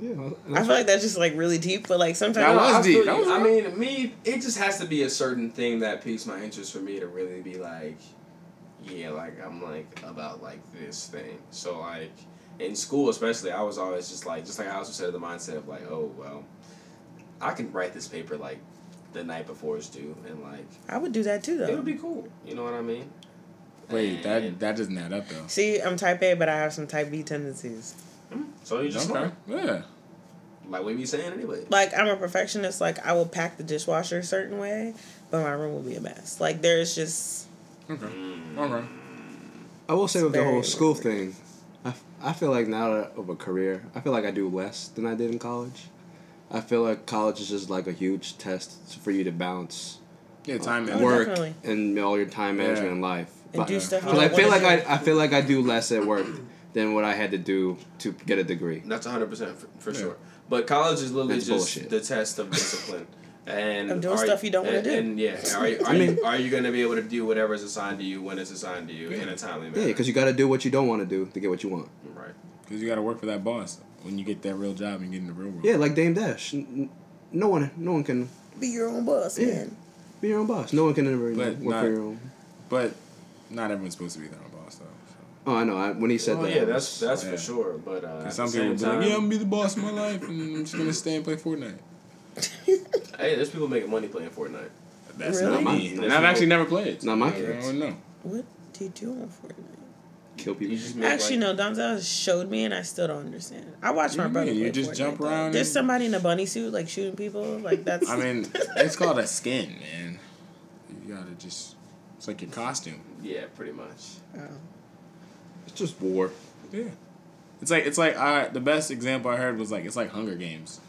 E: Yeah. well,
D: I feel like that's just like really deep, but like sometimes
A: That was
B: I, feel
A: deep.
B: you.
A: That was
B: I
A: real.
B: mean, me, it just has to be a certain thing that piques my interest for me to really be like, yeah, like I'm like about like this thing. So like in school, especially, I was always just like, just like I also said, the mindset of like, oh well, I can write this paper like the night before it's due, and like
D: I would do that too though.
B: it'll be cool. You know what I mean?
A: Wait, that
B: And-
A: that doesn't add up though.
D: See, I'm type A, but I have some type B tendencies.
B: Mm-hmm. So you just
A: Okay.
B: like,
A: Yeah.
B: like what we saying anyway.
D: Like I'm a perfectionist. Like I will pack the dishwasher a certain way, but my room will be a mess. Like there's just
A: Okay.
B: Mm.
A: Okay.
E: I will say with the
D: very
E: whole school
D: weird.
E: thing, I, f- I feel like now that I- of a career, I feel like I do less than I did in college. I feel like college is just like a huge test for you to balance
A: Yeah. Time
D: Oh,
A: and
E: work
D: definitely.
E: and all your time management
A: Yeah.
E: in life.
D: and do stuff. you
E: Because I
D: don't
E: feel
D: wanna
E: like
D: do.
E: I, I feel like I do less at work than what I had to do to get a degree.
B: That's 100% for, for
A: Yeah.
B: sure. But college is literally
E: That's
B: just
E: bullshit.
B: the test of discipline. And
D: Of doing
B: are-
D: stuff you don't wanna
B: and-
D: do.
B: And yeah, are you, are,
E: I mean-
B: you, are you going to be able to do whatever is assigned to you when it's assigned to you in a timely manner?
E: Yeah, because you got to do what you don't want to do to get what you want.
B: Right.
A: because you got to work for that boss. when you get that real job and get in the real world.
E: Yeah, like Dame Dash. N- n- No one, no one can
D: Be your own boss,
E: Yeah.
D: man.
E: be your own boss. No one can ever you know,
A: But
E: work
A: not-
E: for your own.
A: But not everyone's supposed to be their own boss though. So.
E: Oh, I know. I, when he said
B: Well,
E: that,
B: yeah,
E: I
B: that's
E: was-
B: that's
A: yeah.
B: for sure. But uh, at
A: Some
B: the
A: people
B: same
A: be like,
B: time,
A: yeah, I'm gonna be the boss of my life, and I'm just gonna stay and play Fortnite.
B: hey, there's people making money playing Fortnite.
A: That's
D: Really?
A: not me.
E: Not
A: And
E: my-
A: I've actually never played.
E: Not my
A: I don't
E: kids.
A: know.
D: What do you do on Fortnite?
E: kill people.
B: You just make,
D: Actually,
B: like,
D: no. Donzel showed me, and I still don't understand. I watched
A: What
D: my
A: do you
D: brother.
A: mean?
D: play
A: You just
D: Fortnite,
A: jump
D: though.
A: around
D: There's
A: and-
D: somebody in a bunny suit, like shooting people. Like that's.
A: I mean, it's called a skin, man. You gotta just. It's like your costume.
B: Yeah, pretty much.
D: Oh.
E: It's just war.
A: Yeah. It's like it's like all right. The best example I heard was like it's like Hunger Games.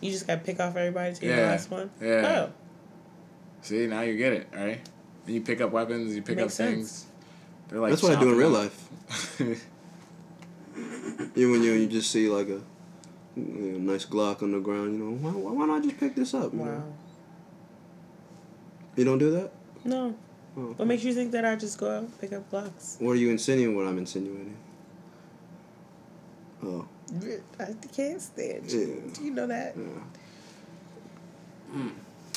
D: You just gotta pick off everybody to the
A: Yeah.
D: last one.
A: Yeah.
D: Oh,
A: See now you get it, all right? And you pick up weapons, you pick
D: Makes
A: up
D: sense.
A: things. They're like
E: that's what I do in real
A: chopping
E: life. You when you you just see like a you know, nice Glock on the ground. You know why why, why not just pick this up? You,
D: wow.
E: know? You don't do that.
D: No.
E: Oh.
D: What makes you think that I just go out and pick up blocks?
E: What are you insinuating? What I'm insinuating? Oh,
D: I can't stand
E: you. Yeah.
D: Do you know that?
E: yeah.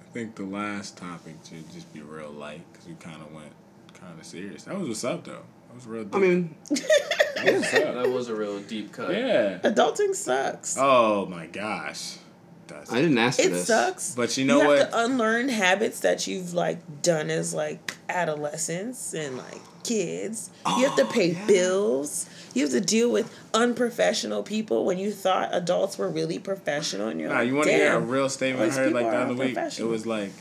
A: I think the last topic should just be real light because we kind of went kind of serious. That was what's up though. That was real. Deep.
E: I mean,
A: that was what's up.
B: That was a real deep cut.
A: yeah.
D: Adulting sucks.
A: Oh my gosh. That's.
E: I didn't ask for
D: it
E: this.
D: sucks.
A: But you know
D: you
A: what?
D: have to unlearn habits that you've like done as like adolescents and like kids. you
A: Oh,
D: have to pay bills. You have to deal with unprofessional people when you thought adults were really professional. And you're
A: Nah,
D: like,
A: you want to
D: damn.
A: hear a real statement
D: these
A: I heard
D: people
A: like the
D: are
A: other week? It
D: unprofessional.
A: was like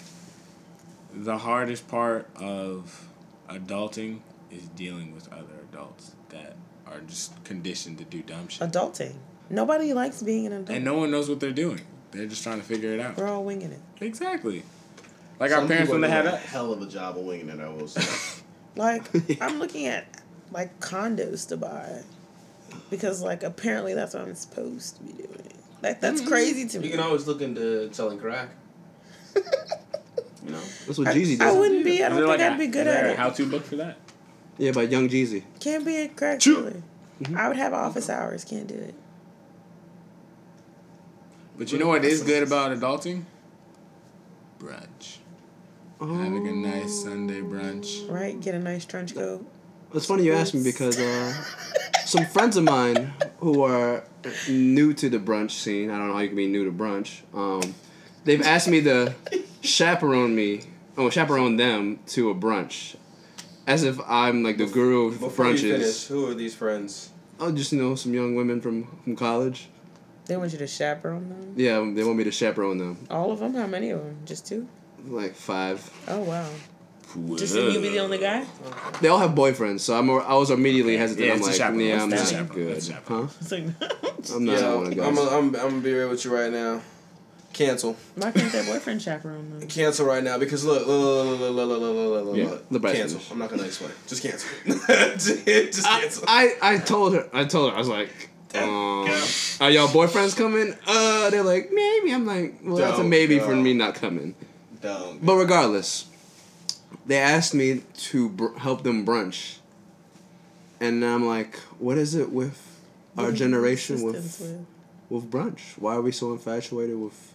A: the hardest part of adulting is dealing with other adults that are just conditioned to do dumb shit,
D: adulting. Nobody likes being an adult.
A: and no one knows what they're doing. They're just trying to figure it out.
D: We're all winging it.
A: Exactly. Like
B: Some
A: our parents
B: people
A: when they
B: do
A: had
B: a
A: us.
B: hell of a job of winging it. I will say.
D: Like I'm looking at like condos to buy because like apparently that's what I'm supposed to be doing. Like that's crazy to
B: Mm-hmm.
D: me.
B: you can always look into selling crack. you know.
E: That's what Jeezy
D: I
E: does.
D: wouldn't be. I don't think I'd be good at it.
A: How to book for that?
E: Yeah, by Young Jeezy.
D: Can't be a crack
A: Choo.
D: dealer.
B: Mm-hmm.
D: I would have office hours. Can't do it.
A: But you know what is good about adulting? Brunch. Having a nice Sunday brunch.
D: Right? Get a nice trench coat.
E: It's funny you asked me because uh, some friends of mine who are new to the brunch scene, I don't know how you can be new to brunch, um, they've asked me to chaperone me, oh, chaperone them to a brunch. As if I'm like the guru of
B: Before you finish,
E: brunches.
B: who are these friends?
E: Oh, just, you know, some young women from, from college.
D: They want you to chaperone them.
E: Yeah, they want me to chaperone them.
D: All of them? How many of them? Just two?
E: Like five.
D: Oh wow. Just you be the only guy.
E: They all have boyfriends, so I'm, I was immediately hesitant.
A: Yeah,
E: I'm
A: it's a
E: like,
A: chaperone.
E: yeah, I'm
A: It's a
E: not
A: chaperone.
E: good.
A: It's a
E: Huh?
A: chaperone.
D: It's like,
E: I'm not
B: yeah,
E: one of
B: I'm,
E: the
B: I'm,
E: guys.
B: I'm gonna be real with you right now. Cancel,
D: why can't their boyfriend chaperone them?
B: cancel right now because look, look, look, look, look, look, look, look, look,
E: Yeah,
B: look.
E: the best
B: cancel.
E: is-
B: I'm not gonna explain. Just cancel. Just cancel.
E: I, I told her. I told her. I was like, um, "Are y'all boyfriends coming?" Uh, they're like, "Maybe." I'm like, "Well, that's a
B: Don't
E: maybe
B: go.
E: for me not coming."
B: Dumb.
E: But regardless, they asked me to br- help them brunch, and I'm like, "What is it with our generation
D: Assistance
E: with with brunch? Why are we so infatuated with?"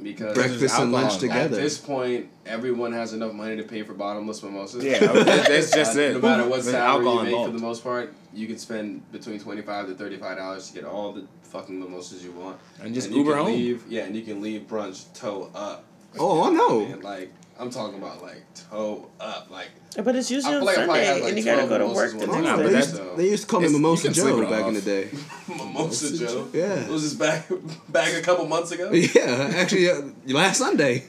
B: Because
E: Breakfast and lunch
A: Alcohol.
E: together.
B: at this point, everyone has enough money to pay for bottomless mimosas.
A: Yeah, that's just
B: Uh,
A: it.
B: No matter what
A: There's
B: salary you
A: alcohol
B: make, for
A: involved.
B: the most part, you can spend between twenty five to thirty five dollars to get all the fucking mimosas you want,
A: And just
B: you
A: Uber
B: can
A: home.
B: Leave, yeah, and you can leave brunch toe up.
E: Oh, I
B: Man,
E: know.
B: like I'm talking about like toe up, like
D: But it's usually
B: I
D: on
B: feel like I probably
D: Sunday,
B: had, like,
D: and you gotta
B: 12
D: go to work
B: mimosas
D: the
B: one
D: next
A: time.
E: They
A: But
D: day.
A: that's-
E: used, they used to call me
A: It's- you
E: Mimosa
A: can sleep
E: Joe
A: it
E: back in the
A: off.
E: day.
B: mimosa Joe.
E: Yeah.
B: it was just back back a couple months ago.
E: Yeah, actually, uh, last Sunday.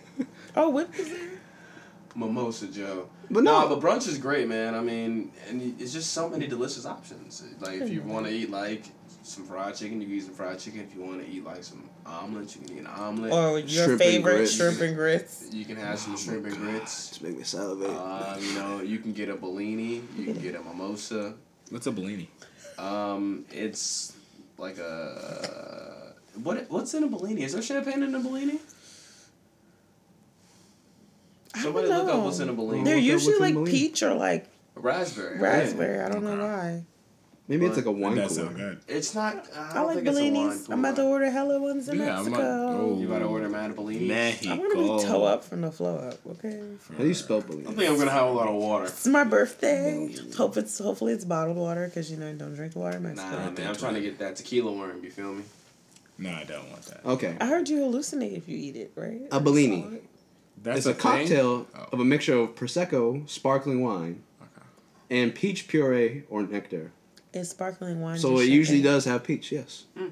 D: Oh, what was that?
B: Mimosa Joe.
E: But no.
B: Nah, but brunch is great, man. I mean, and y- it's just so many delicious options. Like if
D: Mm-hmm.
B: you want to eat like some fried chicken, you can eat some fried chicken. If you want to eat like some omelets, you can eat an omelet.
D: Or your
E: Shrimp and
D: favorite
E: grits.
D: shrimp and grits?
B: you can have some shrimp and grits.
E: Just make me salivate.
B: Um, you know, you can get a bellini. You can get a mimosa.
A: What's a Bellini?
B: Um, it's like a what? What's in a bellini? Is there champagne in a bellini?
D: I
B: Somebody
D: don't
B: look
D: know.
B: up what's in a bellini.
D: They're
E: Look up
D: usually
E: what's in
D: like
E: Bellini.
D: peach or like
B: Raspberry.
D: raspberry. I don't know
A: Okay.
D: why.
E: Maybe it's like a wine
A: That
E: cooler.
A: sounds good.
B: It's not. I,
D: I
B: don't
D: like
B: think it's
D: Bellinis.
B: a
D: I'm about to order hella ones in
A: Yeah, I'm
D: Mexico.
A: about- oh.
B: You about to order mad Bellinis?
D: I want to be toe up from the flow up. Okay,
E: How do you spell Belize?
B: I think I'm gonna have a lot of water.
D: it's my birthday. Hope it's hopefully it's bottled water because you know I don't drink water in Mexico.
B: Nah, man, I'm trying to get that tequila worm. You feel me?
A: No, I don't want that.
E: Okay.
D: I heard you hallucinate if you eat it, right?
E: A Bellini.
A: That's
E: It's a
A: thing?
E: cocktail
A: Oh.
E: of a mixture of prosecco, sparkling wine, and peach puree or nectar.
D: It's sparkling wine.
E: So
D: just
E: it usually
D: champagne?
E: does have peach. Yes.
B: Mm,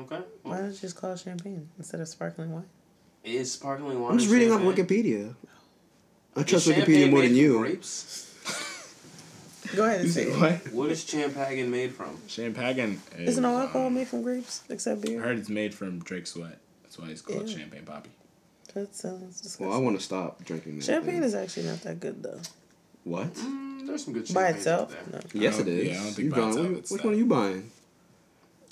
B: Okay.
D: Why don't you just call it champagne instead of sparkling wine?
B: Is sparkling wine?
E: I'm just reading off
B: champagne?
E: Wikipedia. I
B: Is
E: trust Wikipedia
B: champagne
E: more
B: made
E: than
B: from
E: you.
B: Grapes?
D: Go ahead and say it.
B: What is champagne made from?
A: Champagne. is,
D: Isn't all
A: um,
D: alcohol made from grapes except
A: I
D: beer?
A: heard it's made from Drake Sweat. That's why it's called
D: Ew.
A: Champagne Poppy.
D: That sounds disgusting.
E: Well, I want to stop drinking that.
D: champagne
E: thing.
D: is actually not that good though.
E: what?
B: Mm, there's some good
D: By
B: champagne out
D: itself,
B: there.
D: no.
E: Yes, it
A: don't-
E: is.
A: Oh, yeah, I don't think
E: You
A: by
E: buying-
A: itself
E: which-
A: it's
E: Which
A: that.
E: one are you buying?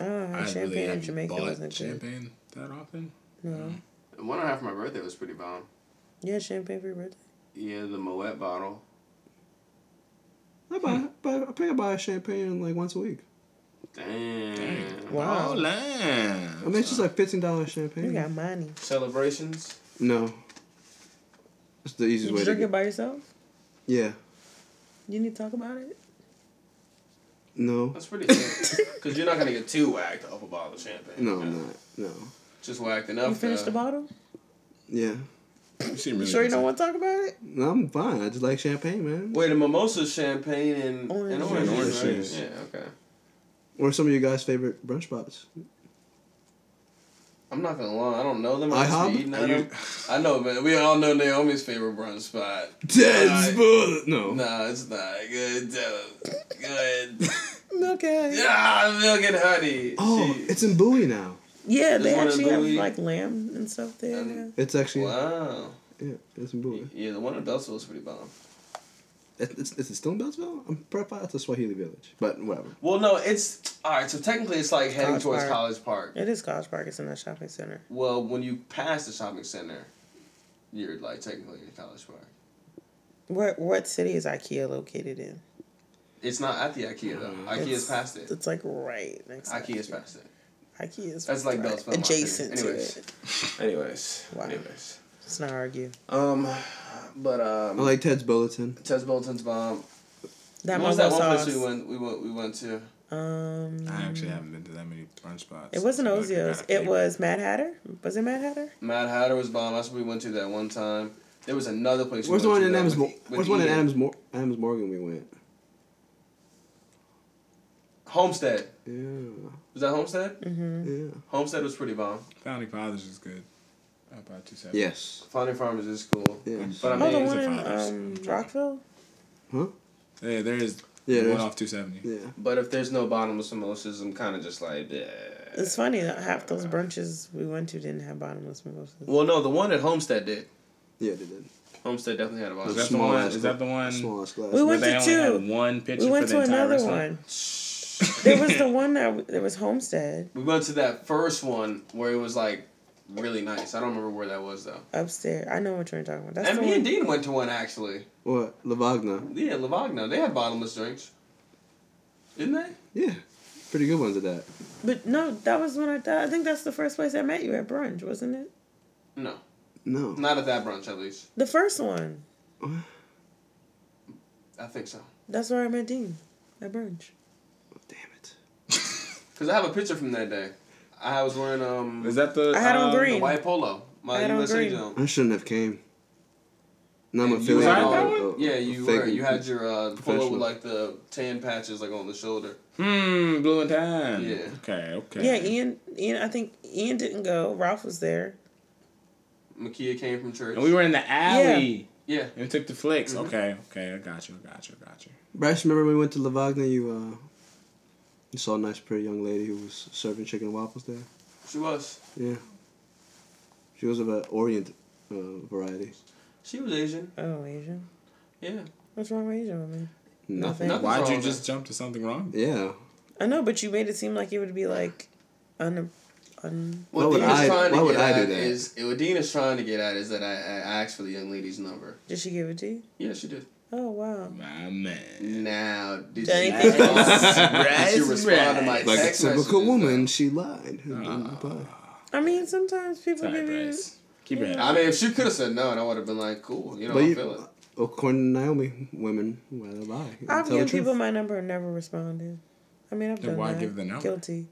D: I don't know.
A: I
D: Champagne
A: really
D: in
A: haven't
D: Jamaica
A: bought
D: wasn't good.
A: champagne that often.
D: No.
B: The One and a half for my birthday was pretty bomb.
D: Yeah, champagne for your birthday.
B: Yeah, the Moet bottle.
E: I
D: Hmm.
E: buy, buy, I think I buy champagne like once a week.
B: Damn.
D: Wow.
A: Oh, lamb.
E: I mean, it's just like fifteen dollars
D: You
E: champagne.
D: got money.
B: Celebrations.
E: No, it's the easiest
D: You
E: way.
D: drink
E: to
D: it
E: get,
D: by yourself?
E: Yeah,
D: You need to talk about it?
E: no,
B: That's pretty good. Because you're not going to get too whacked off a bottle of champagne.
E: no, I'm not. No,
B: Just whacked enough.
D: You finished
B: to-
D: the bottle?
E: yeah,
A: You seem really
D: You sure you
A: concerned.
D: don't want to talk about it?
E: no, I'm fine. I just like champagne, man.
B: Wait, a mimosa champagne and
D: Orange
B: and
D: juice.
B: orange,
A: And
B: juice,
A: orange juice.
B: right? Yeah, okay.
E: What are some of your guys' favorite brunch spots?
B: I'm not gonna lie, I don't know them. I
E: IHOP?
B: just be eating
A: Are
B: at
A: you-
B: them. I know, man. We all know Naomi's favorite brunch spot.
E: Dead
B: Alright.
E: Spoon- No.
B: No, it's not. Good, tell us. Good.
D: Okay. Yeah,
B: Yeah, milk and honey.
E: Oh,
B: She-
E: it's in Bowie now.
D: they
B: This one is
D: actually have
B: gooey.
D: like lamb and stuff there.
B: Um,
E: It's actually
B: wow.
E: yeah, it's in Bowie.
B: Yeah, the one in Beltsville is pretty bomb.
E: It, it's, is it still in Beltsville? I'm probably that's a Swahili village, but whatever.
B: Well, no, it's all right. So technically, it's like heading
D: College
B: towards
D: Park.
B: College Park.
D: yeah. It is College Park. It's in that shopping center.
B: Well, when you pass the shopping center, you're like technically in College Park.
D: What what city is IKEA located in?
B: It's not at the IKEA though.
E: Mm.
B: IKEA's
D: It's-
B: past it.
D: It's like right next. to
B: IKEA's past it.
D: IKEA is.
B: That's like
D: right
B: Beltsville. in my
D: Adjacent
B: opinion.
D: to
B: Anyways.
D: it.
B: Anyways.
D: Wow.
B: Anyways.
D: Let's not argue.
B: Um, but um,
E: I like Ted's Bulletin.
B: Tess Bolton's bomb.
D: That
B: what was
D: mofo
B: that one
D: sauce.
B: place we went? We went. We went to.
D: Um,
A: I actually haven't been to that many brunch spots.
D: it wasn't
A: so I kinda
D: Ozio's. It
A: figured-
D: was Mad Hatter. Was it Mad Hatter?
B: Mad Hatter was bomb. That's what we went to that one time. There was another place. we
E: Where's the one
B: went to
E: in
B: that
E: Adams?
B: with- E-
E: Mo-
B: with
E: Where's the one in
B: Ian.
E: Adams? Mor- Adams Morgan we went.
B: Homestead.
E: Yeah,
B: Was that Homestead?
E: Mm-hmm. yeah.
B: Homestead was pretty bomb.
A: Founding Fathers is good. I bought two separate.
E: Yes.
B: Founding Farmers is cool.
E: Yes.
B: But I
D: Oh,
B: mean,
D: the
A: it's
D: one
A: a
D: in
A: Founders.
D: um, Rockville.
E: Huh?
A: Yeah, there is
E: Yeah,
A: one
E: there's-
A: off 270.
E: Yeah.
B: but if there's no bottomless mimosas, I'm kind of just like. eh.
D: It's funny that half those brunches we went to didn't have bottomless mimosas.
B: Well, no, the one at Homestead did.
E: Yeah, they did.
B: Homestead definitely had a
A: Is
B: bottomless.
A: that the
E: Small
A: one?
E: ass
A: Is that the
E: gla-
A: one?
E: Small ass glass.
D: We
A: where
D: went
A: they
D: to
A: only had
D: two.
A: one picture
D: We went
A: for the
D: to
A: entire
D: another
A: restaurant?
D: one. There was the one that there was Homestead
B: We went to that first one where it was like really nice. I don't remember where that was though.
D: upstairs. I know what you're talking about. That's
B: and
D: the
B: me
D: one.
B: and Dean went to one actually.
E: What? Lavagna.
B: Yeah, Lavagna. They had bottomless drinks. Didn't they?
E: Yeah. Pretty good ones at that.
D: But no, that was when I thought. I think that's the first place I met you at brunch, wasn't it?
B: No.
E: No.
B: Not at that brunch at least.
D: The first one.
B: I think so.
D: That's where I met Dean at brunch.
E: Damn it.
B: Because I have a picture from that day. I was wearing um
A: Is that the?
D: I had on
A: um,
B: the
D: green.
B: white polo. My
D: I had on
B: USA
D: green.
B: jump.
E: I shouldn't have came. Now I'm
B: And you
E: affiliated.
A: were at that
E: with a-
B: were- Yeah,
E: a
B: you
E: fake-
B: were. You had your uh, polo
E: professional.
B: with like the tan patches like on the shoulder.
A: Hmm, blue and tan.
B: Yeah.
A: Okay. Okay.
D: Yeah, Ian. Ian. I think Ian didn't go. Ralph was there.
B: Makia came from church.
A: And we were in the alley
B: yeah.
A: and took the flicks. Okay. Okay. I got you. I got you. I got you.
E: Bryce, remember when we went to Lavagna? You uh, you saw a nice, pretty young lady who was serving chicken and waffles there.
B: She was.
E: Yeah. She was of an Orient uh, variety.
B: She was Asian.
D: Oh, Asian.
B: Yeah.
D: What's wrong with Asian woman?
E: Nothing.
B: Nothing.
A: Why'd
B: wrong
A: you
B: with
A: just jump to something wrong?
E: Yeah.
D: I know, but you made it seem like it would be like, un, un.
B: What
E: Why would
B: Dean is
E: I-
B: trying to
E: why would
B: get
E: I do
B: at
E: that?
B: is what Dean is trying to get at is that I, I asked for the young lady's number.
D: Did she give it to you?
B: Yeah, she did.
D: Oh wow.
A: My man.
B: Now, did
D: Johnny
B: you
D: Depp.
B: did you respond to my
E: Like a
B: text
E: typical
B: messages,
E: woman,
B: though?
E: she lied. and
B: Ah.
E: replied.
D: I mean, sometimes people
A: Sorry,
D: give you.
A: Bryce. Keep it
B: I mean, if she could have said no, and I would have been like, cool, you know,
E: But
B: I
E: you-
B: feel it.
E: According to Naomi, women rather lie. and
D: I've
E: tell the
D: given people
E: truth.
D: my number and never responded. I mean, I've
A: Then
D: done
A: why
D: that.
A: give the number?
D: Guilty.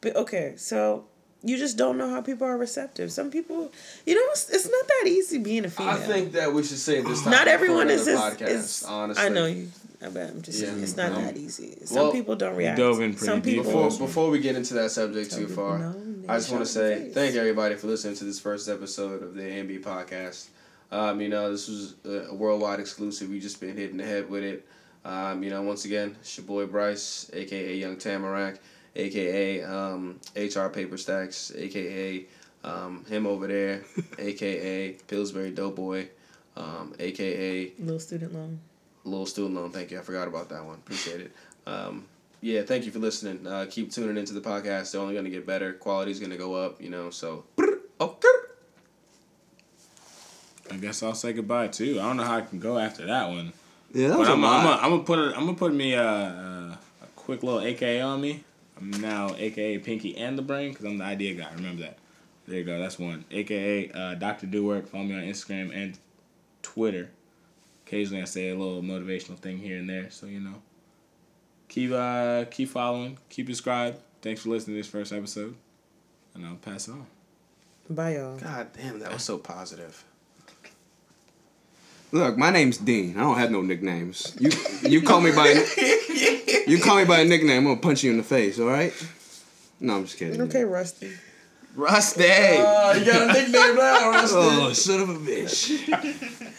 D: But okay, so you just don't know how people are receptive. Some people, you know, it's, it's not that easy being a female.
B: I think that we should save this.
D: not
B: topic
D: everyone
B: for
D: is
B: another
D: as
B: podcast.
D: is.
B: honestly,
D: I know you. I bet I'm just.
B: Yeah.
D: saying it's not
B: No.
D: that easy. Some
B: Well,
D: people don't react.
A: dove in pretty
D: Some
A: deep
D: people.
B: Before, before we get into that subject
D: Some
B: too
D: people
B: far,
D: know, and they
B: I just want to
D: shut their
B: say
D: face.
B: thank everybody for listening to this first episode of the AMB podcast. Um, you know, this was a a worldwide exclusive. We just been hitting the head with it. Um, you know, once again, it's your boy Bryce, aka Young Tamarack, aka um, HR Paper Stacks, aka um, him over there, aka Pillsbury Doughboy, um, aka
D: Little student loan.
B: little student loan. Thank you. I forgot about that one. Appreciate it. Um, yeah, thank you for listening. Uh, keep tuning into the podcast. They're only going to get better. Quality's going to go up, you know, so. Okay.
A: I guess I'll say goodbye too. I don't know how I can go after that one.
E: Yeah, that
A: But
E: was a
A: I'm
E: lot.
A: gonna I'm gonna put a, I'm gonna put me a, a quick little AKA on me. I'm now AKA Pinky and the Brain because I'm the idea guy. Remember that. There you go. That's one. AKA uh, Doctor Do Work. Follow me on Instagram and Twitter. Occasionally I say a little motivational thing here and there, so you know. Keep uh keep following. Keep subscribed. Thanks for listening to this first episode, and I'll pass it on.
D: Bye y'all.
B: God damn, that was so positive.
E: Look, my name's Dean. I don't have no nicknames. You you call me by you call me by a nickname. I'm gonna punch you in the face. All right? No, I'm just kidding.
D: Okay, Rusty.
B: Rusty! you got a nickname now, Rusty.
E: Oh, son of a bitch.